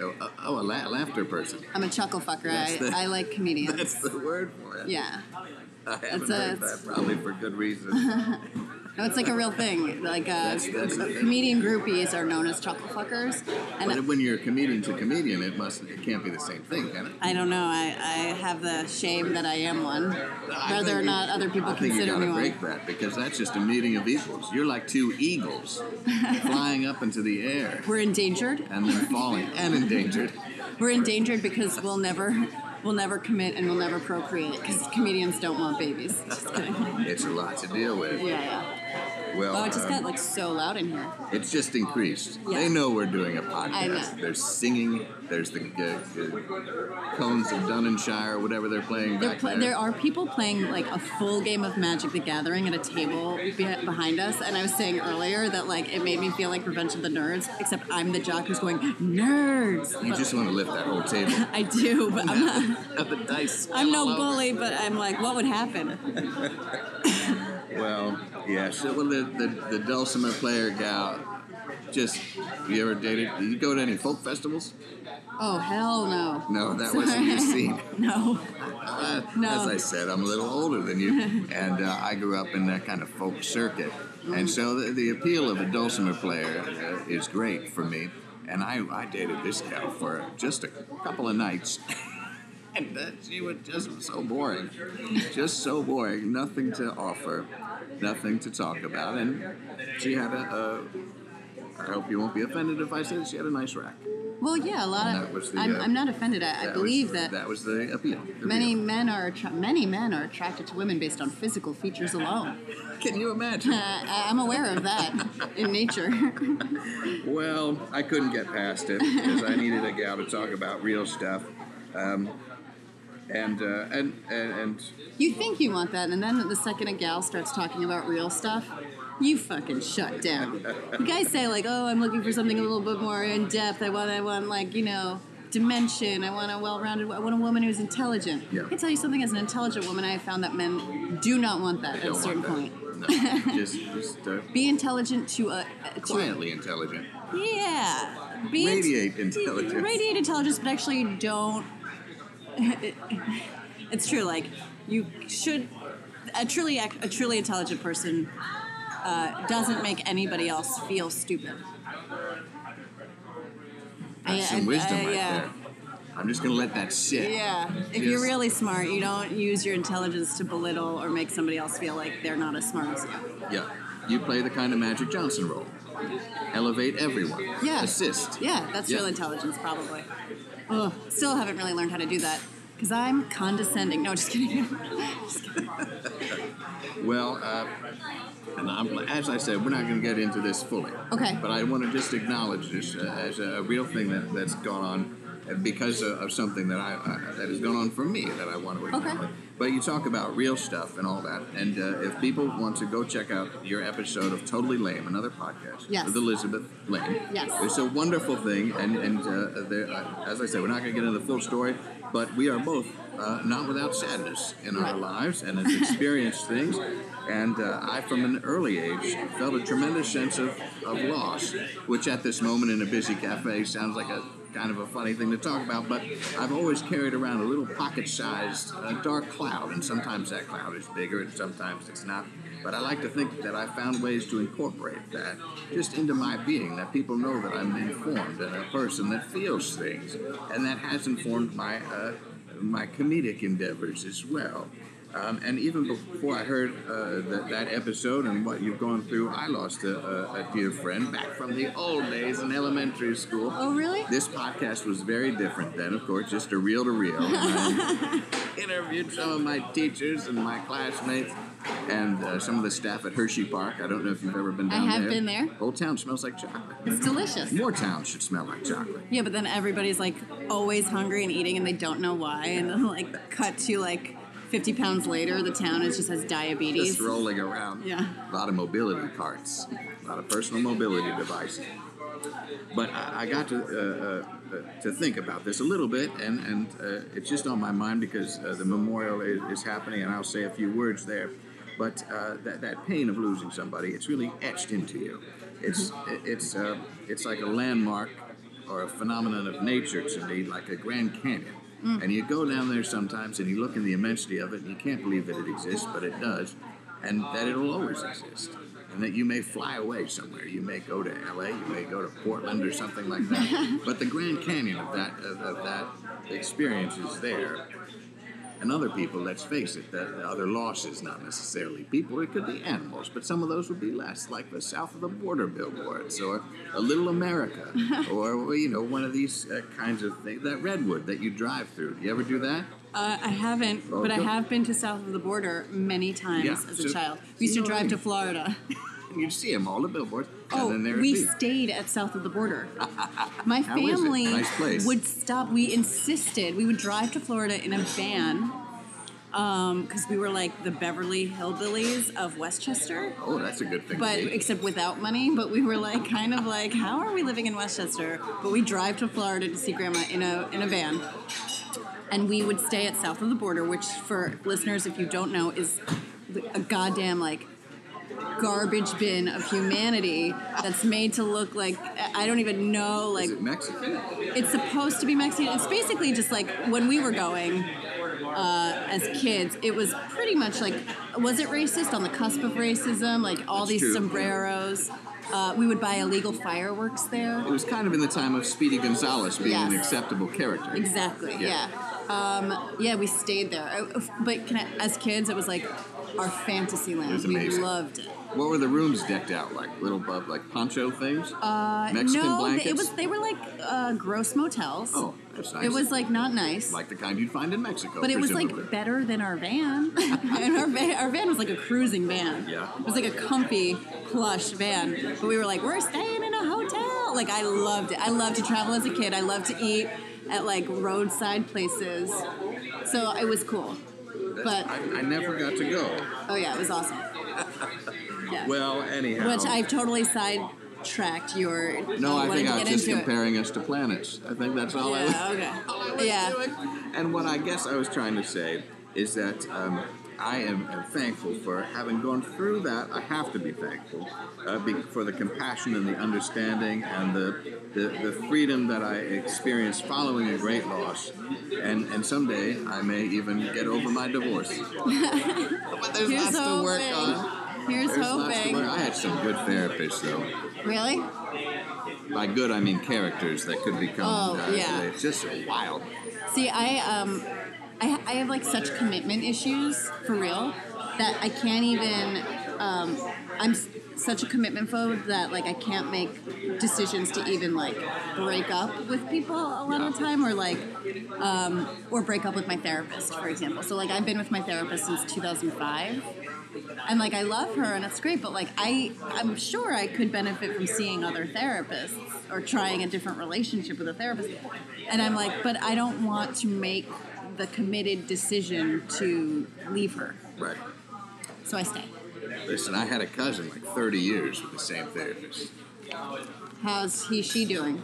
Speaker 1: oh, oh, oh, a la- laughter person.
Speaker 2: I'm a chuckle fucker.
Speaker 1: That's
Speaker 2: I,
Speaker 1: the-
Speaker 2: I like
Speaker 1: (laughs)
Speaker 2: comedians.
Speaker 1: That's the word for it.
Speaker 2: yeah.
Speaker 1: I haven't
Speaker 2: That's a-
Speaker 1: heard
Speaker 2: it's-
Speaker 1: that probably for good
Speaker 2: (laughs)
Speaker 1: reason.
Speaker 2: No, it's like a real thing. Like uh,
Speaker 1: That's- that's-
Speaker 2: comedian groupies are known as chuckle fuckers,
Speaker 1: but
Speaker 2: and
Speaker 1: when you're a comedian to comedian, it must it can't be the same thing, can it?
Speaker 2: I don't know. I, I have the shame that I am one,
Speaker 1: I
Speaker 2: whether
Speaker 1: think
Speaker 2: or
Speaker 1: you-
Speaker 2: not other people
Speaker 1: I think you
Speaker 2: consider
Speaker 1: gotta
Speaker 2: me one.
Speaker 1: break that because that's just a meeting of equals. You're like two
Speaker 2: (laughs)
Speaker 1: eagles flying up into the air
Speaker 2: We're endangered.
Speaker 1: and then falling and endangered.
Speaker 2: We're endangered because we'll never, we'll never commit and we'll never procreate because comedians don't want babies. (laughs) Just kidding. Yeah,
Speaker 1: It's a lot to deal with.
Speaker 2: yeah.
Speaker 1: Well,
Speaker 2: Oh, it just
Speaker 1: um,
Speaker 2: got like so loud in here.
Speaker 1: It's just increased.
Speaker 2: Yeah.
Speaker 1: They know we're doing a
Speaker 2: I
Speaker 1: podcast.
Speaker 2: know.
Speaker 1: They're singing. There's the, uh, uh, cones of Dunninshire, whatever they're playing
Speaker 2: There,
Speaker 1: back
Speaker 2: pla
Speaker 1: there.
Speaker 2: there are people playing like a full game of Magic the Gathering at a table be- behind us, and I was saying earlier that like it made me feel like Revenge of the Nerds, except I'm the jock who's going nerds.
Speaker 1: you
Speaker 2: But
Speaker 1: just want to lift that whole
Speaker 2: (laughs)
Speaker 1: table.
Speaker 2: I do, but I'm not.
Speaker 1: Have the dice.
Speaker 2: I'm no
Speaker 1: all over.
Speaker 2: bully, but I'm like, what would happen?
Speaker 1: Well, yeah. So, well, the, the the dulcimer player gal. Just you ever dated? Did you go to any folk festivals?
Speaker 2: Oh hell no.
Speaker 1: No, that wasn't
Speaker 2: (laughs)
Speaker 1: your scene.
Speaker 2: No.
Speaker 1: Uh,
Speaker 2: No.
Speaker 1: As I said, I'm a little older than you,
Speaker 2: (laughs)
Speaker 1: and uh, I grew up in that kind of folk circuit. And so the, the appeal of a dulcimer player uh, is great for me. And I, I dated this gal for just a couple of nights. (laughs) and uh, she was just so boring. Just so boring. Nothing to offer, nothing to talk about. And she had a. a I hope you won't be offended if I say she had a nice rack.
Speaker 2: Well, yeah, a lot
Speaker 1: And
Speaker 2: of.
Speaker 1: that was the,
Speaker 2: I'm,
Speaker 1: uh,
Speaker 2: I'm not offended. I, I
Speaker 1: That was-
Speaker 2: believe that.
Speaker 1: That was the appeal. the
Speaker 2: Many
Speaker 1: appeal.
Speaker 2: men are attra- many men are attracted to women based on physical features alone. (laughs)
Speaker 1: Can you imagine?
Speaker 2: Uh, I- I'm aware of that in nature. (laughs)
Speaker 1: Well, I couldn't get past it because I needed a gal to talk about real stuff, um, and, uh, and and and
Speaker 2: You think you want that, and then the second a gal starts talking about real stuff, you fucking shut down. You guys say like, "Oh, I'm looking for something a little bit more in depth. I want, I want like, you know, dimension. I want a well-rounded. I want a woman who's intelligent.
Speaker 1: Yeah.
Speaker 2: I can tell you something as an intelligent woman. I have found that men do not want that at a
Speaker 1: Don't
Speaker 2: certain
Speaker 1: want
Speaker 2: point.
Speaker 1: that. No, just, just uh,
Speaker 2: Be intelligent to a to-
Speaker 1: quietly intelligent.
Speaker 2: Yeah. Be
Speaker 1: Radiate intelligence.
Speaker 2: Radiate intelligence, but actually don't. (laughs) it's true. Like you should. A truly ac- a truly intelligent person uh, doesn't make anybody else feel stupid.
Speaker 1: That's
Speaker 2: Yeah,
Speaker 1: some
Speaker 2: I-
Speaker 1: wisdom
Speaker 2: I-
Speaker 1: right
Speaker 2: yeah.
Speaker 1: there. I'm just gonna let that sit.
Speaker 2: Yeah. If you're
Speaker 1: Yes.
Speaker 2: really smart, you don't use your intelligence to belittle or make somebody else feel like they're not as smart as you.
Speaker 1: Yeah. You play the kind of Magic Johnson role. Elevate everyone.
Speaker 2: Yeah.
Speaker 1: Assist.
Speaker 2: Yeah, that's
Speaker 1: Yeah.
Speaker 2: real intelligence, probably. Ugh, still haven't really learned how to do that because I'm condescending. No, just kidding. (laughs) Just kidding.
Speaker 1: Well, uh, and I'm, as I said, we're not going to get into this fully.
Speaker 2: Okay.
Speaker 1: But I want to just acknowledge this uh, as a real thing that, that's gone on uh, because of, of something that I uh, that has gone on for me that I want to acknowledge. But you talk about real stuff and all that, and uh, if people want to go check out your episode of Totally Lame, another podcast
Speaker 2: Yes.
Speaker 1: with Elizabeth Lame,
Speaker 2: Yes.
Speaker 1: it's a wonderful thing. And and uh, there, uh, as I said, we're not going to get into the full story, but we are both uh, not without sadness in our
Speaker 2: Right.
Speaker 1: lives and has
Speaker 2: (laughs)
Speaker 1: experienced things. And uh, I, from an early age, felt a tremendous sense of, of loss, which at this moment in a busy cafe sounds like a kind of a funny thing to talk about, but I've always carried around a little pocket sized uh, dark cloud, and sometimes that cloud is bigger and sometimes it's not. But I like to think that I found ways to incorporate that just into my being, that people know that I'm informed and a person that feels things, and that has informed my uh, my comedic endeavors as well. Um, and even before I heard uh, that, that episode and what you've gone through, I lost a, a, a dear friend back from the old days in elementary school.
Speaker 2: Oh, really?
Speaker 1: This podcast was very different then, of course, just a reel to
Speaker 2: (laughs)
Speaker 1: reel. And I Interviewed some of my teachers and my classmates and uh, some of the staff at Hershey Park. I don't know if you've ever been
Speaker 2: I
Speaker 1: down
Speaker 2: have been there.
Speaker 1: Whole town smells like chocolate.
Speaker 2: It's delicious.
Speaker 1: More towns should smell like chocolate.
Speaker 2: Yeah, but then everybody's like always hungry and eating, and they don't know why. And then like cut to like 50 pounds later, the town is just has diabetes.
Speaker 1: Just rolling around.
Speaker 2: Yeah.
Speaker 1: A lot of mobility carts, a lot of personal mobility devices. But I, I got to uh, uh, uh, to think about this a little bit, and and uh, it's just on my mind because uh, the memorial is, is happening, and I'll say a few words there. But uh, that that pain of losing somebody, it's really etched into you. It's it's uh, it's like a landmark or a phenomenon of nature to me, like a Grand Canyon. And you go down there sometimes and you look in the immensity of it and you can't believe that it exists, but it does, and that it'll always exist. And that you may fly away somewhere. You may go to LA, you may go to Portland or something like
Speaker 2: (laughs)
Speaker 1: that. but the Grand Canyon of that, of, of that experience is there. And other people, let's face it, the, the other losses, not necessarily people, it could be animals, but some of those would be less, like the South of the Border billboards or a Little
Speaker 2: (laughs)
Speaker 1: America or, well, you know, one of these uh, kinds of things. That redwood that you drive through. Do you ever do that?
Speaker 2: Uh, I haven't,
Speaker 1: Oh,
Speaker 2: but I
Speaker 1: good.
Speaker 2: have been to south of the border many times
Speaker 1: Yeah,
Speaker 2: as
Speaker 1: so-
Speaker 2: a child. We used to
Speaker 1: you know what I
Speaker 2: drive to
Speaker 1: mean.
Speaker 2: Florida.
Speaker 1: And you'd see them all, the billboards.
Speaker 2: Oh,
Speaker 1: and then there would
Speaker 2: we
Speaker 1: be.
Speaker 2: stayed at south of
Speaker 1: (laughs)
Speaker 2: the border. My
Speaker 1: How is it?
Speaker 2: family
Speaker 1: Nice place.
Speaker 2: would stop. We insisted we would drive to Florida in a van because we were like the Beverly Hillbillies of Westchester.
Speaker 1: oh, that's a good thing.
Speaker 2: But
Speaker 1: to be.
Speaker 2: except without money, but we were like kind of like, how are we living in Westchester? But we drive to Florida to see grandma in a in a van. And we would stay at south of the border, which for listeners, if you don't know, is a goddamn like garbage bin of humanity that's made to look like I don't even know like
Speaker 1: Is it Mexican?
Speaker 2: it's supposed to be Mexican. It's basically just like when we were going uh, as kids, it was pretty much like, was it racist? On the cusp of racism, like all
Speaker 1: That's
Speaker 2: these
Speaker 1: true, yeah.
Speaker 2: sombreros. Uh, we would buy illegal fireworks there.
Speaker 1: It was kind of in the time of Speedy Gonzales being an
Speaker 2: Yes.
Speaker 1: acceptable character.
Speaker 2: Exactly.
Speaker 1: Yeah.
Speaker 2: Yeah. Um, yeah, we stayed there. I- But can I, as kids, it was like our fantasy land.
Speaker 1: was
Speaker 2: we
Speaker 1: amazing.
Speaker 2: loved it.
Speaker 1: What were the rooms decked out like? Little bub, like poncho things? Uh, Mexican
Speaker 2: no, they-
Speaker 1: blankets?
Speaker 2: it was they were like uh, gross motels.
Speaker 1: Oh, that's nice.
Speaker 2: It was like not nice.
Speaker 1: like the kind you'd find in Mexico.
Speaker 2: But it was
Speaker 1: presumably.
Speaker 2: like better than our van. (laughs) and our van, our van was like a cruising van.
Speaker 1: Yeah.
Speaker 2: It was like a comfy, plush van. But we were like, we're staying in a hotel. Like I loved it. I loved to travel as a kid. I loved to eat at like roadside places. So it was cool. But
Speaker 1: I, I never got to go.
Speaker 2: oh yeah, it was awesome. Yeah.
Speaker 1: Well, anyhow,
Speaker 2: Which I've totally side tracked your.
Speaker 1: No, I
Speaker 2: wanting
Speaker 1: think I
Speaker 2: to
Speaker 1: was
Speaker 2: get
Speaker 1: just
Speaker 2: into it.
Speaker 1: comparing us to planets. I think that's all I was.
Speaker 2: Yeah, okay.
Speaker 1: (laughs) all I was
Speaker 2: Yeah.
Speaker 1: doing. And what I guess I was trying to say is that um, I am, am thankful for having gone through that. I have to be thankful uh, be, for the compassion and the understanding and the, the, the freedom that I experienced following a great loss. And, and someday I may even get over my divorce. but there's
Speaker 2: Here's
Speaker 1: lots to work
Speaker 2: hoping.
Speaker 1: on.
Speaker 2: Here's
Speaker 1: There's lots to
Speaker 2: hoping.
Speaker 1: work. I had some good therapists, though.
Speaker 2: Really?
Speaker 1: By good, I mean characters that could become.
Speaker 2: Oh,
Speaker 1: uh,
Speaker 2: yeah.
Speaker 1: It's just wild.
Speaker 2: See, I um, I, I have like such commitment issues for real that I can't even. Um, I'm s- such a commitment phobe that like I can't make decisions to even like break up with people a lot of the time or like um, or break up with my therapist, for example. So like I've been with my therapist since 2005. And like I love her and it's great, but like I I'm sure I could benefit from seeing other therapists or trying a different relationship with a therapist. And I'm like, but I don't want to make the committed decision to leave her.
Speaker 1: Right.
Speaker 2: So I stay.
Speaker 1: Listen, I had a cousin like 30 years with the same therapist.
Speaker 2: How's he she doing?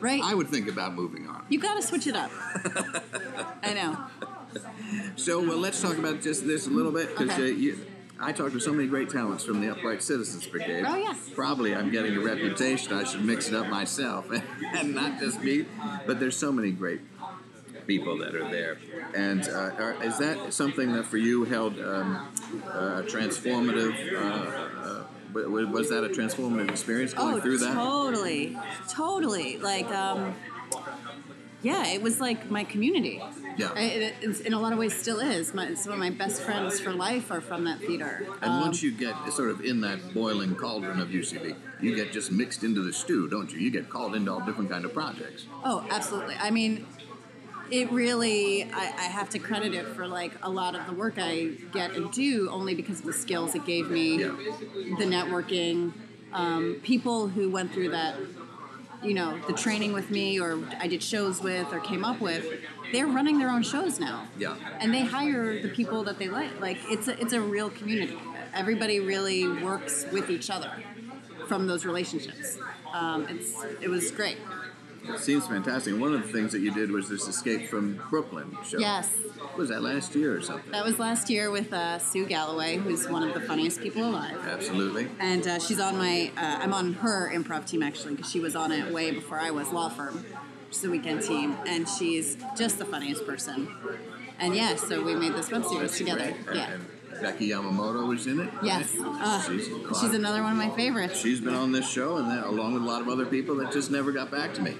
Speaker 2: Right?
Speaker 1: I would think about moving on.
Speaker 2: you gotta switch it up. I know.
Speaker 1: So, well, let's talk about just this a little bit because
Speaker 2: Okay.
Speaker 1: uh, you. I talked to so many great talents from the Upright Citizens Brigade.
Speaker 2: Oh, yeah.
Speaker 1: Probably I'm getting a reputation I should mix it up myself (laughs) and not just me. But there's so many great people that are there. And uh, are, is that something that for you held um, uh, transformative? Uh, uh, wa- wa- was that a transformative experience going
Speaker 2: oh,
Speaker 1: through that?
Speaker 2: Totally, totally. Like, um, yeah, it was like my community.
Speaker 1: Yeah.
Speaker 2: I- It, it's, in a lot of ways, still is. My, some of my best friends for life are from that theater.
Speaker 1: And
Speaker 2: Um,
Speaker 1: once you get sort of in that boiling cauldron of UCB, you get just mixed into the stew, don't you? You get called into all different kind of projects.
Speaker 2: Oh, absolutely. I mean, it really, I, I have to credit it for like a lot of the work I get and do only because of the skills it gave me,
Speaker 1: Yeah.
Speaker 2: the networking, um, people who went through that, you know, the training with me or I did shows with or came up with. They're running their own shows now.
Speaker 1: Yeah.
Speaker 2: And they hire the people that they like. Like, it's a, it's a real community. Everybody really works with each other from those relationships. Um, it's, it was great.
Speaker 1: It seems fantastic. One of the things that you did was this Escape from Brooklyn show.
Speaker 2: Yes.
Speaker 1: Was that last year or something?
Speaker 2: That was last year with uh, Sue Galloway, who's one of the funniest people alive.
Speaker 1: Absolutely.
Speaker 2: And uh, she's on my, uh, I'm on her improv team actually, because she was on it way before I was, Law Firm. She's the weekend team, and she's just the funniest person. And yeah, so we made this web series together.
Speaker 1: Great. And,
Speaker 2: Yeah.
Speaker 1: and Becky Yamamoto was in it.
Speaker 2: Yes.
Speaker 1: right?
Speaker 2: Uh,
Speaker 1: she's, a lot
Speaker 2: she's
Speaker 1: of-
Speaker 2: another one of my favorites.
Speaker 1: She's been on this show, and then, along with a lot of other people that just never got back to
Speaker 2: (laughs)
Speaker 1: me.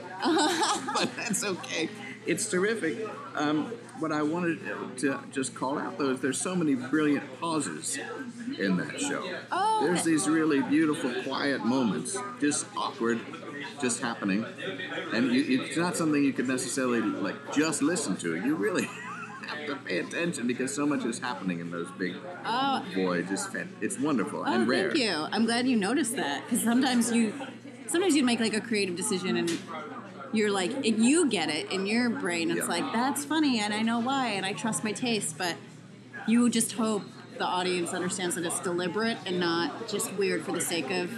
Speaker 1: but that's okay. It's terrific. Um, what I wanted to just call out though is there's so many brilliant pauses in that show.
Speaker 2: Oh, okay.
Speaker 1: There's these really beautiful, quiet moments, just awkward, just happening, and you, it's not something you could necessarily like just listen to. You really. (laughs) Have to pay attention because so much is happening in those big
Speaker 2: Oh.
Speaker 1: voids. It's, fan- it's wonderful
Speaker 2: Oh,
Speaker 1: and rare.
Speaker 2: thank you. I'm glad you noticed that because sometimes you, sometimes you make like a creative decision and you're like, it, you get it in your brain. It's
Speaker 1: Yeah.
Speaker 2: like that's funny and I know why and I trust my taste, but you just hope the audience understands that it's deliberate and not just weird for the sake of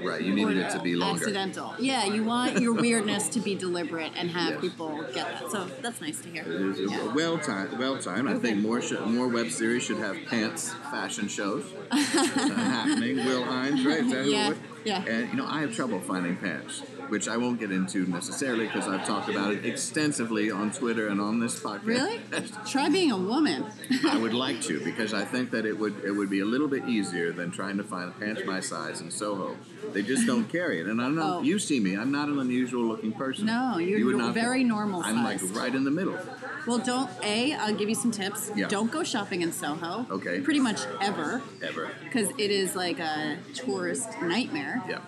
Speaker 1: Right, you needed it to be longer.
Speaker 2: accidental. Yeah, you want your weirdness to be deliberate and have
Speaker 1: Yes.
Speaker 2: people get that. So that's nice to hear.
Speaker 1: It is
Speaker 2: Yeah.
Speaker 1: well timed. Well timed. I think more sh- more web series should have pants fashion shows
Speaker 2: (laughs)
Speaker 1: uh, happening. Will Hines, right? Is that who it
Speaker 2: Yeah,
Speaker 1: was?
Speaker 2: yeah.
Speaker 1: And you know, I have trouble finding pants, which I won't get into necessarily because I've talked about it extensively on Twitter and on this podcast. (laughs)
Speaker 2: Really? Try being a woman.
Speaker 1: I would like to because I think that it would it would be a little bit easier than trying to find pants my size in Soho. They
Speaker 2: (laughs)
Speaker 1: just don't carry it, and I'm not.
Speaker 2: Oh.
Speaker 1: You see me? I'm not an unusual looking person.
Speaker 2: No, you're
Speaker 1: You would
Speaker 2: n-
Speaker 1: not-
Speaker 2: very normal
Speaker 1: I'm like
Speaker 2: sized.
Speaker 1: right in the middle.
Speaker 2: Well, don't. A, I'll give you some tips.
Speaker 1: Yeah.
Speaker 2: Don't go shopping in Soho.
Speaker 1: Okay.
Speaker 2: Pretty much ever,
Speaker 1: Ever.
Speaker 2: because it is like a tourist nightmare.
Speaker 1: Yeah.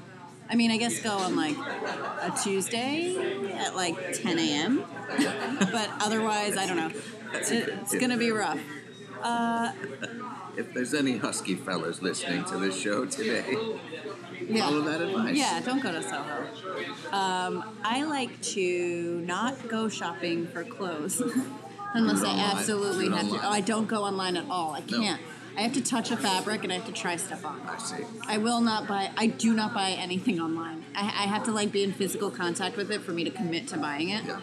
Speaker 2: I mean, I guess go on like a Tuesday at like 10 a.m. (laughs) but otherwise, I don't know. It- it's
Speaker 1: tip.
Speaker 2: gonna be rough.
Speaker 1: If there's any husky fellas listening to this show today,
Speaker 2: Yeah.
Speaker 1: follow that advice.
Speaker 2: Yeah, don't go to Soho. Um, I like to not go shopping for clothes (laughs) unless I
Speaker 1: online.
Speaker 2: absolutely
Speaker 1: Do it
Speaker 2: have to.
Speaker 1: online.
Speaker 2: Oh, I don't go online at all. I can't. I have to touch a fabric and I have to try stuff on.
Speaker 1: I see.
Speaker 2: I will not buy. I do not buy anything online. I, I have to like be in physical contact with it for me to commit to buying it.
Speaker 1: Yeah.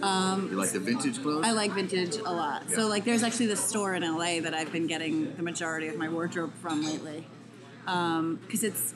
Speaker 1: Um, you like the vintage clothes?
Speaker 2: I like vintage a lot.
Speaker 1: Yeah.
Speaker 2: So like, there's actually this store in LA that I've been getting the majority of my wardrobe from lately, because it's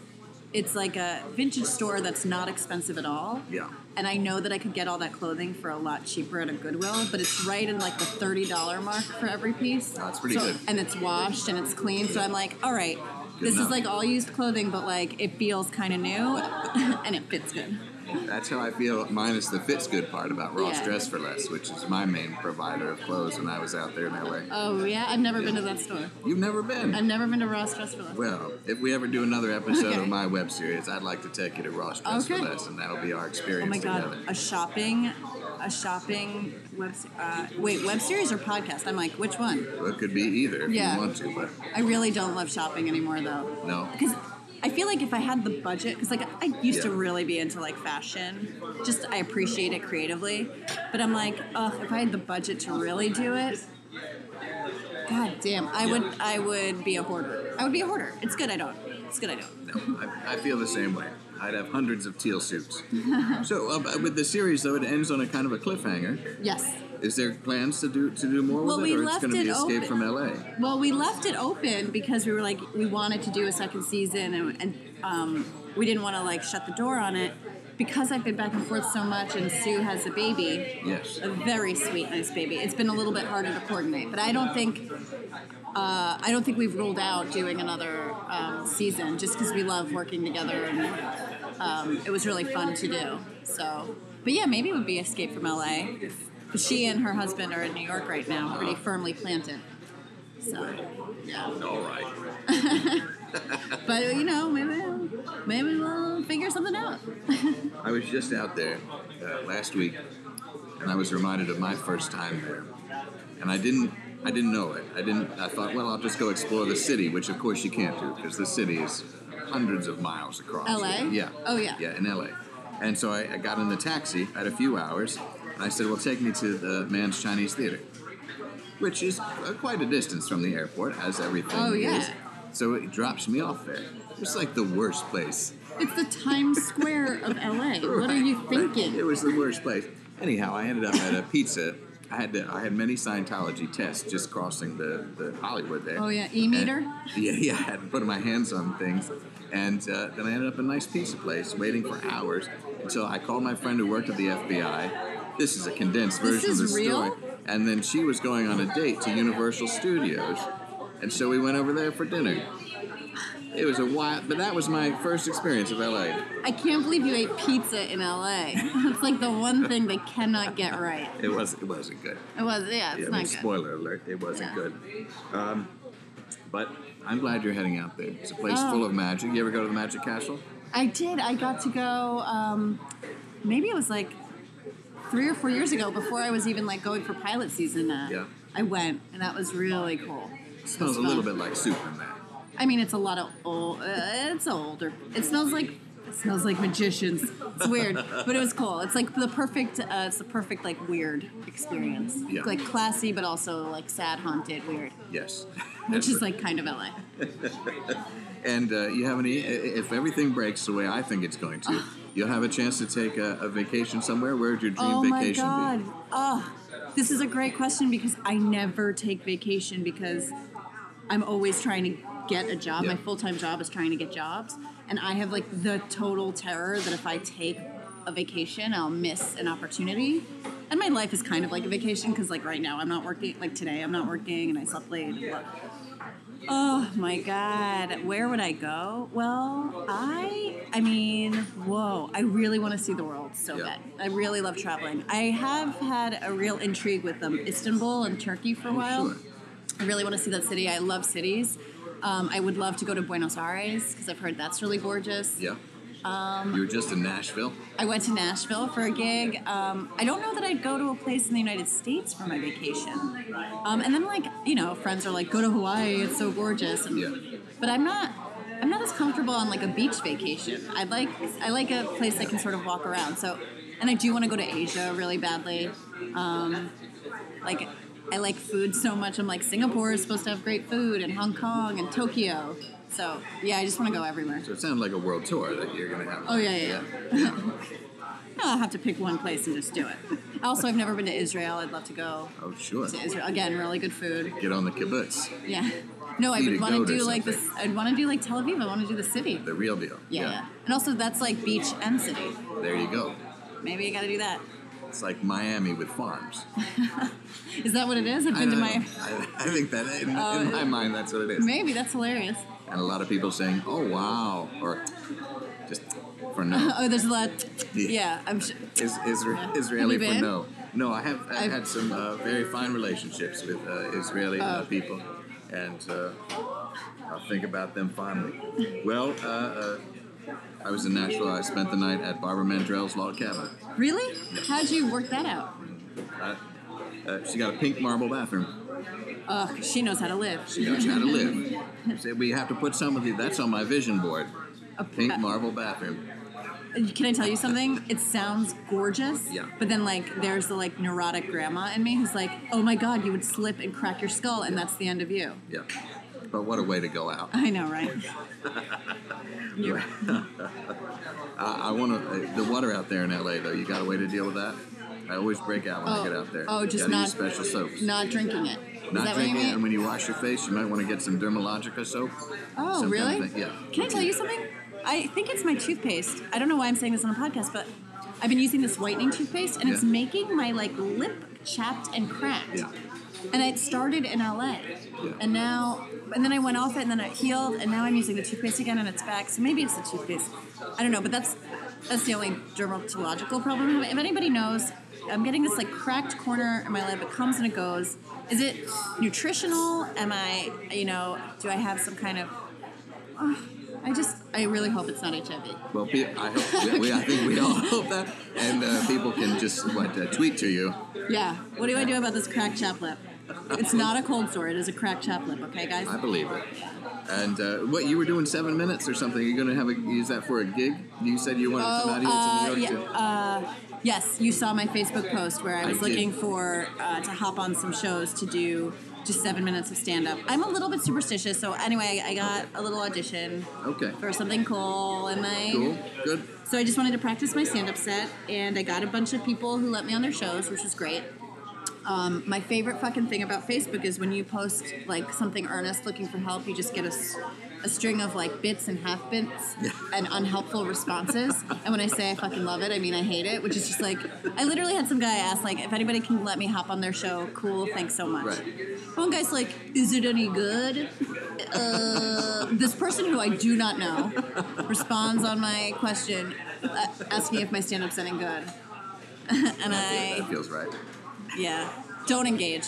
Speaker 2: it's like a vintage store that's not expensive at all.
Speaker 1: Yeah.
Speaker 2: And I know that I could get all that clothing for a lot cheaper at a Goodwill, but it's right in like the thirty dollar mark for every piece.
Speaker 1: Oh, That's pretty
Speaker 2: So-
Speaker 1: good.
Speaker 2: And it's washed and it's clean, so I'm like, all right,
Speaker 1: Good
Speaker 2: this
Speaker 1: enough.
Speaker 2: is like all used clothing, but like it feels kind of new, (laughs) and it fits good.
Speaker 1: That's how I feel, minus the fits good part about Ross
Speaker 2: Yeah.
Speaker 1: Dress for Less, which is my main provider of clothes when I was out there in LA.
Speaker 2: Oh yeah, I've never been to that store.
Speaker 1: You've never been.
Speaker 2: I've never been to Ross Dress for Less.
Speaker 1: well, if we ever do another episode of
Speaker 2: Okay.
Speaker 1: my web series, I'd like to take you to Ross Dress
Speaker 2: Okay.
Speaker 1: for Less, and that'll be our
Speaker 2: Oh
Speaker 1: experience
Speaker 2: my god,
Speaker 1: together.
Speaker 2: a shopping, a shopping web. se- Uh, wait, web series or podcast? I'm like, which one?
Speaker 1: Well, it could be either if
Speaker 2: Yeah.
Speaker 1: you want to, but
Speaker 2: I really don't love shopping anymore though,
Speaker 1: no.
Speaker 2: because I feel like if I had the budget, because like I used to
Speaker 1: Yeah.
Speaker 2: really be into like fashion, just I appreciate it creatively, but I'm like, ugh, if I had the budget to really do it. God damn, I would I would be a hoarder. I would be a hoarder. It's good I don't. It's good I don't.
Speaker 1: No, I, I feel the same way. I'd have hundreds of teal
Speaker 2: (laughs)
Speaker 1: suits. so, uh, with the series though, it ends on a kind of a cliffhanger.
Speaker 2: Yes.
Speaker 1: Is there plans to do to do more
Speaker 2: Well,
Speaker 1: with
Speaker 2: we
Speaker 1: it, or it's
Speaker 2: left
Speaker 1: going to be
Speaker 2: it
Speaker 1: Escape
Speaker 2: open.
Speaker 1: from LA?
Speaker 2: Well, we left it open because we were like we wanted to do a second season, and, and um, we didn't want to like shut the door on it because I've been back and forth so much, and Sue has a baby,
Speaker 1: Yes.
Speaker 2: a very sweet, nice baby. It's been a little bit harder to coordinate, but I don't think uh, I don't think we've ruled out doing another um, season just because we love working together, and um, it was really fun to do. So, but yeah, maybe it would be Escape from LA. She and her husband are in New York right now, pretty firmly planted. So, yeah.
Speaker 1: All right.
Speaker 2: But you know, maybe maybe we'll figure something out.
Speaker 1: I was just out there uh, last week, and I was reminded of my first time there, and I didn't. I didn't know it. I didn't. I thought, well, I'll just go explore the city, which of course you can't do because the city is hundreds of miles across.
Speaker 2: LA?
Speaker 1: Yeah.
Speaker 2: Oh, yeah.
Speaker 1: Yeah, in LA. And so I, I got in the taxi. I had a few hours, and I said, well, take me to the Man's Chinese Theater, which is uh, quite a distance from the airport, as everything
Speaker 2: Oh, yeah.
Speaker 1: is. So it drops me off there. It's like the worst place.
Speaker 2: It's the Times Square of LA. What are you
Speaker 1: Right, right. It
Speaker 2: thinking?
Speaker 1: was the worst place. Anyhow, I ended up at a pizza. I had to, I had many Scientology tests just crossing the, the Hollywood there.
Speaker 2: Oh, yeah, E-meter?
Speaker 1: And- yeah, yeah. I had to put my hands on things, and uh, then I ended up at a nice pizza place waiting for hours until I called my friend who worked at the FBI. This is a condensed
Speaker 2: This
Speaker 1: version of
Speaker 2: is
Speaker 1: the
Speaker 2: real?
Speaker 1: story. And then she was going on a date to Universal Studios, and so we went over there for dinner. It was a wild, but that was my first experience of LA.
Speaker 2: I can't believe you ate pizza in LA. (laughs) It's like the one thing they cannot get right.
Speaker 1: It was it wasn't good.
Speaker 2: It was
Speaker 1: yeah,
Speaker 2: yeah, it's
Speaker 1: I mean,
Speaker 2: not good.
Speaker 1: spoiler alert, it wasn't
Speaker 2: Yeah.
Speaker 1: good. Um, but I'm glad you're heading out there. It's a place
Speaker 2: Oh.
Speaker 1: full of magic. You ever go to the Magic Castle?
Speaker 2: I did. I got to go. Um, maybe it was like three or four years ago, before I was even like going for pilot season. Uh,
Speaker 1: Yeah.
Speaker 2: I went, and that was really cool.
Speaker 1: It smells a
Speaker 2: fun.
Speaker 1: little bit like soup in there.
Speaker 2: I mean, it's a lot of old. Uh, it's older. It smells like it smells like magicians. It's weird, but it was cool. It's like the perfect. Uh, it's the perfect like weird experience.
Speaker 1: Yeah.
Speaker 2: Like classy, but also like sad, haunted, weird,
Speaker 1: Yes.
Speaker 2: (laughs) which is like kind of LA.
Speaker 1: And uh, you have any? i- If everything breaks the way I think it's going
Speaker 2: (sighs)
Speaker 1: to, you'll have a chance to take a, a vacation somewhere. Where would your dream
Speaker 2: Oh my
Speaker 1: vacation
Speaker 2: god!
Speaker 1: be?
Speaker 2: Oh, this is a great question because I never take vacation because I'm always trying to get a job.
Speaker 1: Yeah.
Speaker 2: My full time job is trying to get jobs, and I have like the total terror that if I take a vacation, I'll miss an opportunity. And my life is kind of like a vacation because like right now I'm not working. Like today I'm not working, and I slept late. and blah. Oh my god, where would I go? Well, I I mean, whoa, I really want to see the world so
Speaker 1: Yeah.
Speaker 2: bad. I really love traveling. I have had a real intrigue with um, Istanbul and Turkey for a while.
Speaker 1: sure.
Speaker 2: I really want to see that city. I love cities. Um, I would love to go to Buenos Aires because I've heard that's really gorgeous.
Speaker 1: Yeah.
Speaker 2: Um,
Speaker 1: you were just in Nashville.
Speaker 2: I went to Nashville for a gig. Um, I don't know that I'd go to a place in the United States for my vacation. Um, and then, like you know, friends are like, "Go to Hawaii; it's so gorgeous." And,
Speaker 1: Yeah.
Speaker 2: But I'm not. I'm not as comfortable on like a beach vacation. I like I like a place I can sort of walk around. So, and I do want to go to Asia really badly. Um, like I like food so much. I'm like, Singapore is supposed to have great food, and Hong Kong, and Tokyo. So yeah, I just want to go everywhere.
Speaker 1: So it sounds like a world tour that you're going to have.
Speaker 2: Oh yeah, yeah. yeah. no, I'll have to pick one place and just do it. Also, I've never been to Israel. I'd love to go
Speaker 1: Oh, sure.
Speaker 2: to Israel again. Really good food.
Speaker 1: Get on the kibbutz,
Speaker 2: Yeah. No, I
Speaker 1: Need
Speaker 2: would
Speaker 1: to
Speaker 2: want to
Speaker 1: go to
Speaker 2: do like this.
Speaker 1: something.
Speaker 2: I'd want to do like Tel Aviv. I want to do the city.
Speaker 1: the real deal.
Speaker 2: Yeah, yeah. And also, that's like beach and city.
Speaker 1: There you go.
Speaker 2: Maybe I got to do that.
Speaker 1: It's like Miami with
Speaker 2: (laughs)
Speaker 1: farms.
Speaker 2: Is that what it is? I've
Speaker 1: I,
Speaker 2: been to
Speaker 1: don't
Speaker 2: my.
Speaker 1: know. (laughs) I, I think that in,
Speaker 2: Oh,
Speaker 1: in my
Speaker 2: it-
Speaker 1: mind that's what it is.
Speaker 2: (laughs) Maybe that's hilarious. (laughs)
Speaker 1: And a lot of people saying, "Oh wow," or just for
Speaker 2: (laughs)
Speaker 1: no.
Speaker 2: Oh, there's a lot.
Speaker 1: Yeah.
Speaker 2: Yeah, I'm sure.
Speaker 1: Is, Isra-
Speaker 2: Have
Speaker 1: Israeli
Speaker 2: you
Speaker 1: for
Speaker 2: been?
Speaker 1: no. No, I have. I've
Speaker 2: I've-
Speaker 1: had some uh, very fine relationships with uh, Israeli uh,
Speaker 2: Oh.
Speaker 1: people, and uh, I'll think about them fondly. Well, uh, uh, I was in Nashville. I spent the night at Barbara Mandrell's log cabin.
Speaker 2: Really? How'd you work that out?
Speaker 1: Uh, uh, she got a pink marble bathroom.
Speaker 2: Oh, she knows how to live.
Speaker 1: She knows how to live. She said, we have to put some of the. That's on my vision board.
Speaker 2: A
Speaker 1: Pink
Speaker 2: ba-
Speaker 1: marble bathroom.
Speaker 2: Can I tell you something? It sounds gorgeous.
Speaker 1: Yeah.
Speaker 2: But then, like, there's the like neurotic grandma in me who's like, "Oh my God, you would slip and crack your skull, and that's the end of you."
Speaker 1: Yeah. But what a way to go out.
Speaker 2: I know,
Speaker 1: (laughs)
Speaker 2: right?
Speaker 1: I, I want to. The water out there in LA, though, you got a way to deal with that? I always break out when I
Speaker 2: Oh.
Speaker 1: get out there.
Speaker 2: Oh, just
Speaker 1: gotta
Speaker 2: not-
Speaker 1: use special soaps.
Speaker 2: Not drinking it. Is
Speaker 1: Not
Speaker 2: that
Speaker 1: drinking
Speaker 2: what you
Speaker 1: it, and
Speaker 2: mean?
Speaker 1: when you wash your face, you might want to get some dermalogica soap.
Speaker 2: Oh,
Speaker 1: some kind
Speaker 2: really?
Speaker 1: of thing, yeah.
Speaker 2: Can I tell you something? I think it's my toothpaste. I don't know why I'm saying this on a podcast, but I've been using this whitening toothpaste, and it's
Speaker 1: Yeah.
Speaker 2: making my like lip chapped and cracked.
Speaker 1: Yeah.
Speaker 2: And it started in LA, and now, and then I went off it, and then it healed, and now I'm using the toothpaste again, and it's back. So maybe it's the toothpaste. I don't know, but that's that's the only dermatological problem. If anybody knows, I'm getting this like cracked corner in my lip. It comes and it goes. Is it nutritional? Am I, you know, do I have some kind of? Ugh, I just, I really hope it's not HIV.
Speaker 1: Well, pe- I, hope, we, we- I think we all hope that. And uh, people can just what uh, tweet to you.
Speaker 2: Yeah. What do I do about this cracked chap lip? It's not a cold sore. It is a cracked chap lip. Okay, guys.
Speaker 1: I believe it. And uh, what you were doing seven minutes or something? You're gonna have a, use that for a gig? You said you wanted
Speaker 2: Oh,
Speaker 1: some audience
Speaker 2: uh,
Speaker 1: in New York
Speaker 2: yeah,
Speaker 1: too.
Speaker 2: uh, yes, you saw my Facebook post where I was
Speaker 1: did.
Speaker 2: looking for uh, to hop on some shows to do just seven minutes of stand up. I'm a little bit superstitious, so anyway, I got a little audition
Speaker 1: Okay.
Speaker 2: for something cool, and I
Speaker 1: Cool. Good.
Speaker 2: so I just wanted to practice my stand up set, and I got a bunch of people who let me on their shows, which was great. Um, my favorite fucking thing about Facebook is when you post like something earnest looking for help, you just get a, s- a string of like bits and half bits and unhelpful responses. and when I say I fucking love it, I mean I hate it, which is just like I literally had some guy ask like if anybody can let me hop on their show, cool, thanks so much.
Speaker 1: Right.
Speaker 2: One guy's like, is it any good? Uh, this person who I do not know responds on my question, uh, asking if my stand up's any good. (laughs) and I
Speaker 1: That feels right.
Speaker 2: yeah. Don't engage.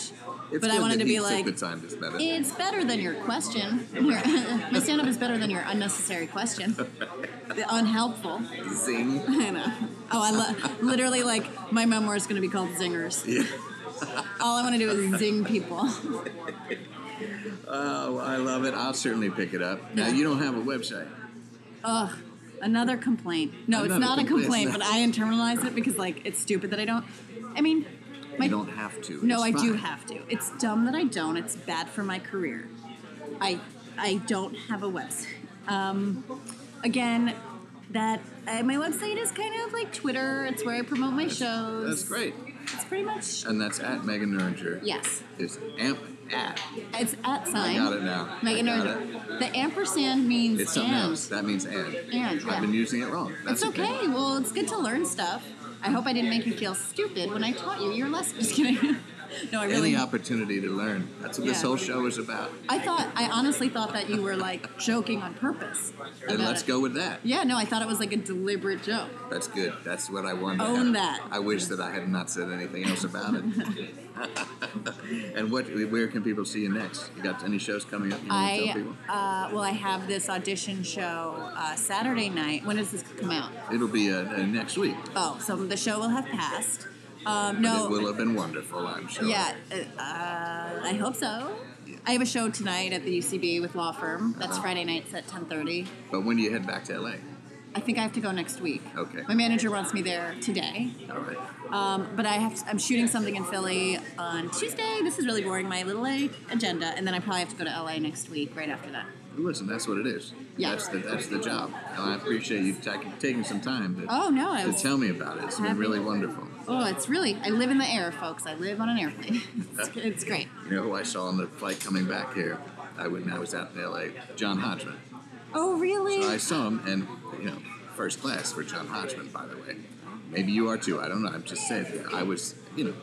Speaker 1: It's
Speaker 2: but I
Speaker 1: good
Speaker 2: wanted
Speaker 1: that
Speaker 2: to
Speaker 1: he
Speaker 2: be
Speaker 1: took
Speaker 2: like,
Speaker 1: the time to spend it.
Speaker 2: it's better than your question. Your, (laughs) my stand up is better than your unnecessary question. The unhelpful. (laughs)
Speaker 1: Zing.
Speaker 2: I know. Oh, I love, literally, like, my memoir is going to be called Zingers.
Speaker 1: Yeah.
Speaker 2: All I want to do is zing people.
Speaker 1: Oh, I love it. I'll certainly pick it up. Now
Speaker 2: Yeah.
Speaker 1: you don't have a website.
Speaker 2: Ugh. Another complaint. No, it's
Speaker 1: Another
Speaker 2: not a
Speaker 1: complaint.
Speaker 2: complaint, but I internalize it because, like, it's stupid that I don't. I mean, my
Speaker 1: You don't have to.
Speaker 2: No, I
Speaker 1: It's
Speaker 2: do
Speaker 1: fine.
Speaker 2: have to. It's dumb that I don't. It's bad for my career. I I don't have a website. Um, again, that uh, my website is kind of like Twitter. It's where I promote my shows.
Speaker 1: That's great.
Speaker 2: It's pretty much
Speaker 1: And that's at Megan Nuringer.
Speaker 2: yes.
Speaker 1: It's amp at.
Speaker 2: It's at
Speaker 1: I
Speaker 2: sign.
Speaker 1: got it now.
Speaker 2: Like,
Speaker 1: I got
Speaker 2: no,
Speaker 1: it.
Speaker 2: The ampersand means
Speaker 1: It's something
Speaker 2: and.
Speaker 1: else. That means and.
Speaker 2: And, yeah.
Speaker 1: I've been using it wrong. That's
Speaker 2: it's okay. Well, it's good to learn stuff. I hope I didn't make you feel stupid when I taught you your lesson. (laughs) Just kidding. no, I really
Speaker 1: Any opportunity to learn. That's what this
Speaker 2: Yeah.
Speaker 1: whole show is about.
Speaker 2: I thought I honestly thought that you were like joking on purpose.
Speaker 1: And
Speaker 2: about
Speaker 1: let's
Speaker 2: it.
Speaker 1: go with that.
Speaker 2: Yeah, no, I thought it was like a deliberate joke.
Speaker 1: That's good. That's what I wanted. to
Speaker 2: Own
Speaker 1: have.
Speaker 2: that.
Speaker 1: I wish that I had not said anything else about
Speaker 2: (laughs)
Speaker 1: it. and what? Where can people see you next? You got any shows coming up? You want to tell
Speaker 2: I
Speaker 1: people?
Speaker 2: uh, well, I have this audition show uh, Saturday night. When does this come out?
Speaker 1: It'll be uh, uh, next week.
Speaker 2: Oh, so the show will have passed. Um,
Speaker 1: It
Speaker 2: no,
Speaker 1: will have been wonderful, I'm sure.
Speaker 2: yeah, uh, I hope so. I have a show tonight at the UCB with Law Firm. That's
Speaker 1: Uh-huh.
Speaker 2: Friday nights at ten thirty.
Speaker 1: But when do you head back to LA?
Speaker 2: I think I have to go next week.
Speaker 1: Okay.
Speaker 2: My manager wants me there today,
Speaker 1: All right.
Speaker 2: um, but I have to, I'm shooting something in Philly on Tuesday. This is really boring. My little A agenda, and then I probably have to go to LA next week right after that.
Speaker 1: Listen, that's what it is.
Speaker 2: Yeah.
Speaker 1: That's the, that's the job. And I appreciate you taking taking some time to,
Speaker 2: Oh no! I
Speaker 1: to
Speaker 2: was,
Speaker 1: tell me about it. It's been
Speaker 2: Happy-
Speaker 1: really wonderful.
Speaker 2: oh, it's really I live in the air, folks. I live on an airplane. (laughs) it's, it's great.
Speaker 1: You know who I saw on the flight coming back here? I when I was out in L.A. John Hodgman.
Speaker 2: Oh really?
Speaker 1: I saw him, and you know, first class for John Hodgman, by the way. Maybe you are too. I don't know. I'm just saying. I was, you know,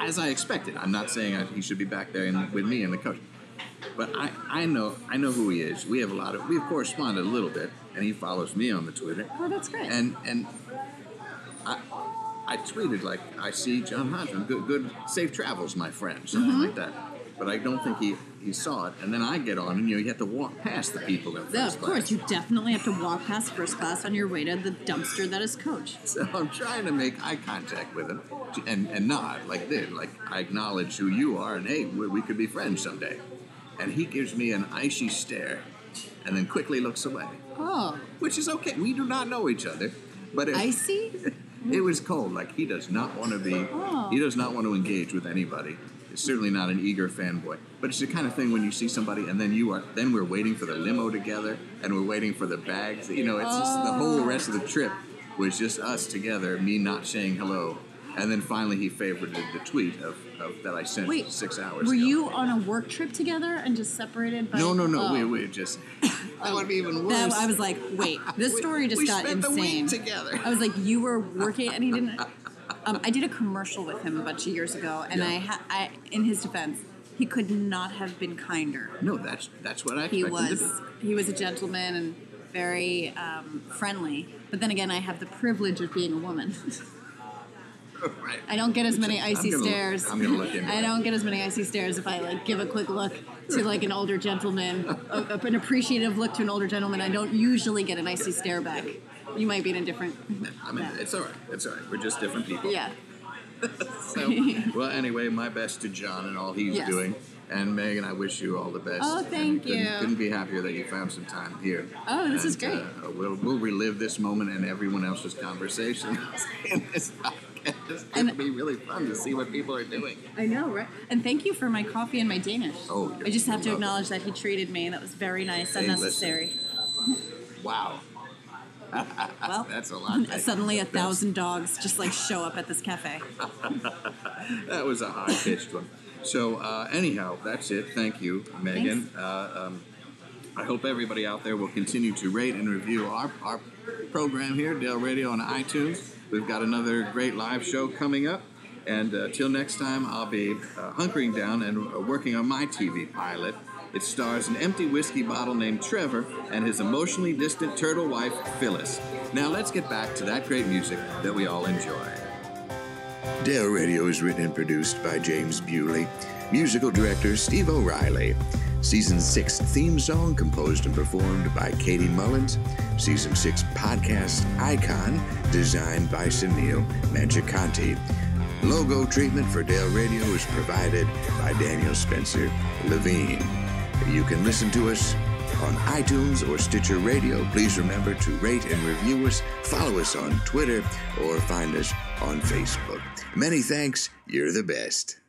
Speaker 1: as I expected. I'm not saying I, he should be back there in, with me and the coach, but I, I know, I know who he is. We have a lot of, we've corresponded a little bit, and he follows me on the Twitter.
Speaker 2: oh, that's great.
Speaker 1: And and I I tweeted like I see John Hodgman. Good good safe travels, my friend, something
Speaker 2: Mm-hmm.
Speaker 1: like that. But I don't think he, he saw it. And then I get on, and you know you have to walk past the people in first
Speaker 2: No, of
Speaker 1: class.
Speaker 2: course, you definitely have to walk past first class on your way to the dumpster that is coach.
Speaker 1: (laughs) So I'm trying to make eye contact with him and, and nod like this, like I acknowledge who you are, and hey, we, we could be friends someday. And he gives me an icy stare, and then quickly looks away,
Speaker 2: Oh,
Speaker 1: which is okay. We do not know each other, but it,
Speaker 2: icy?
Speaker 1: it was cold. Like he does not want to be.
Speaker 2: Oh.
Speaker 1: He does not want to engage with anybody. It's certainly not an eager fanboy. But it's the kind of thing when you see somebody and then you are then we're waiting for the limo together and we're waiting for the bags. You know, it's just the
Speaker 2: Oh.
Speaker 1: whole rest of the trip was just us together, me not saying hello. And then finally he favored the, the tweet of, of that I sent
Speaker 2: Wait,
Speaker 1: (laughs) six hours
Speaker 2: Were
Speaker 1: ago.
Speaker 2: you on a work trip together and just separated by?
Speaker 1: No, no, no.
Speaker 2: Oh.
Speaker 1: We were just that would be even worse.
Speaker 2: That, I was like,
Speaker 1: (laughs)
Speaker 2: wait, this
Speaker 1: We-
Speaker 2: story just
Speaker 1: we
Speaker 2: got
Speaker 1: spent the
Speaker 2: insane.
Speaker 1: week together.
Speaker 2: I was like, you were working, and he didn't. Um, I did a commercial with him a bunch of years ago, and
Speaker 1: Yeah.
Speaker 2: I, ha- I, in his defense, he could not have been kinder.
Speaker 1: no, that's that's what I
Speaker 2: He
Speaker 1: expected to be.
Speaker 2: was he was a gentleman and very um, friendly. But then again, I have the privilege of being a woman. (laughs)
Speaker 1: (laughs) right.
Speaker 2: I don't get as
Speaker 1: Which
Speaker 2: many
Speaker 1: I'm
Speaker 2: icy
Speaker 1: gonna look-
Speaker 2: stares.
Speaker 1: I'm gonna look into
Speaker 2: I
Speaker 1: that.
Speaker 2: don't get as many icy stares if I like give a quick look to like an older gentleman, a, a- an appreciative look to an older gentleman. I don't usually get an icy stare back. You might be in a different.
Speaker 1: I mean,
Speaker 2: Yeah.
Speaker 1: it's all right. It's all right. We're just different people.
Speaker 2: Yeah. (laughs)
Speaker 1: So, well, anyway, my best to John and all he's
Speaker 2: Yes.
Speaker 1: doing. And Megan, I wish you all the best.
Speaker 2: Oh,
Speaker 1: And
Speaker 2: thank
Speaker 1: couldn't,
Speaker 2: you.
Speaker 1: Couldn't be happier that you found some time here.
Speaker 2: Oh, this is
Speaker 1: And, Uh, we'll, we'll relive this moment and everyone else's conversation (laughs) in this podcast. It'll
Speaker 2: And-
Speaker 1: be really fun to see what people are doing.
Speaker 2: I know, right? And thank you for my coffee and my Danish.
Speaker 1: Oh, you're-
Speaker 2: I just have to
Speaker 1: you're welcome.
Speaker 2: acknowledge that he treated me, and that was very nice and
Speaker 1: Hey, listen.
Speaker 2: necessary.
Speaker 1: Wow. (laughs)
Speaker 2: Well,
Speaker 1: That's a lot.
Speaker 2: (laughs) Suddenly, a
Speaker 1: That's-
Speaker 2: thousand dogs just like show up at this cafe.
Speaker 1: That was a high pitched one. So, uh, anyhow, that's it. Thank you, Megan. Uh, um, I hope everybody out there will continue to rate and review our, our program here, Dale Radio, on iTunes. We've got another great live show coming up. And uh, till next time, I'll be uh, hunkering down and uh, working on my TV pilot. It stars an empty whiskey bottle named Trevor and his emotionally distant turtle wife, Phyllis. Now, let's get back to that great music that we all enjoy. Dale Radio is written and produced by James Bewley. Musical director Steve O'Reilly. Season 6 theme song composed and performed by Katie Mullins. Season 6 podcast icon designed by Sunil Mangiaconti. Logo treatment for Dale Radio is provided by Daniel Spencer Levine. You can listen to us on iTunes or Stitcher Radio. Please remember to rate and review us, follow us on Twitter, or find us on Facebook. Many thanks. You're the best.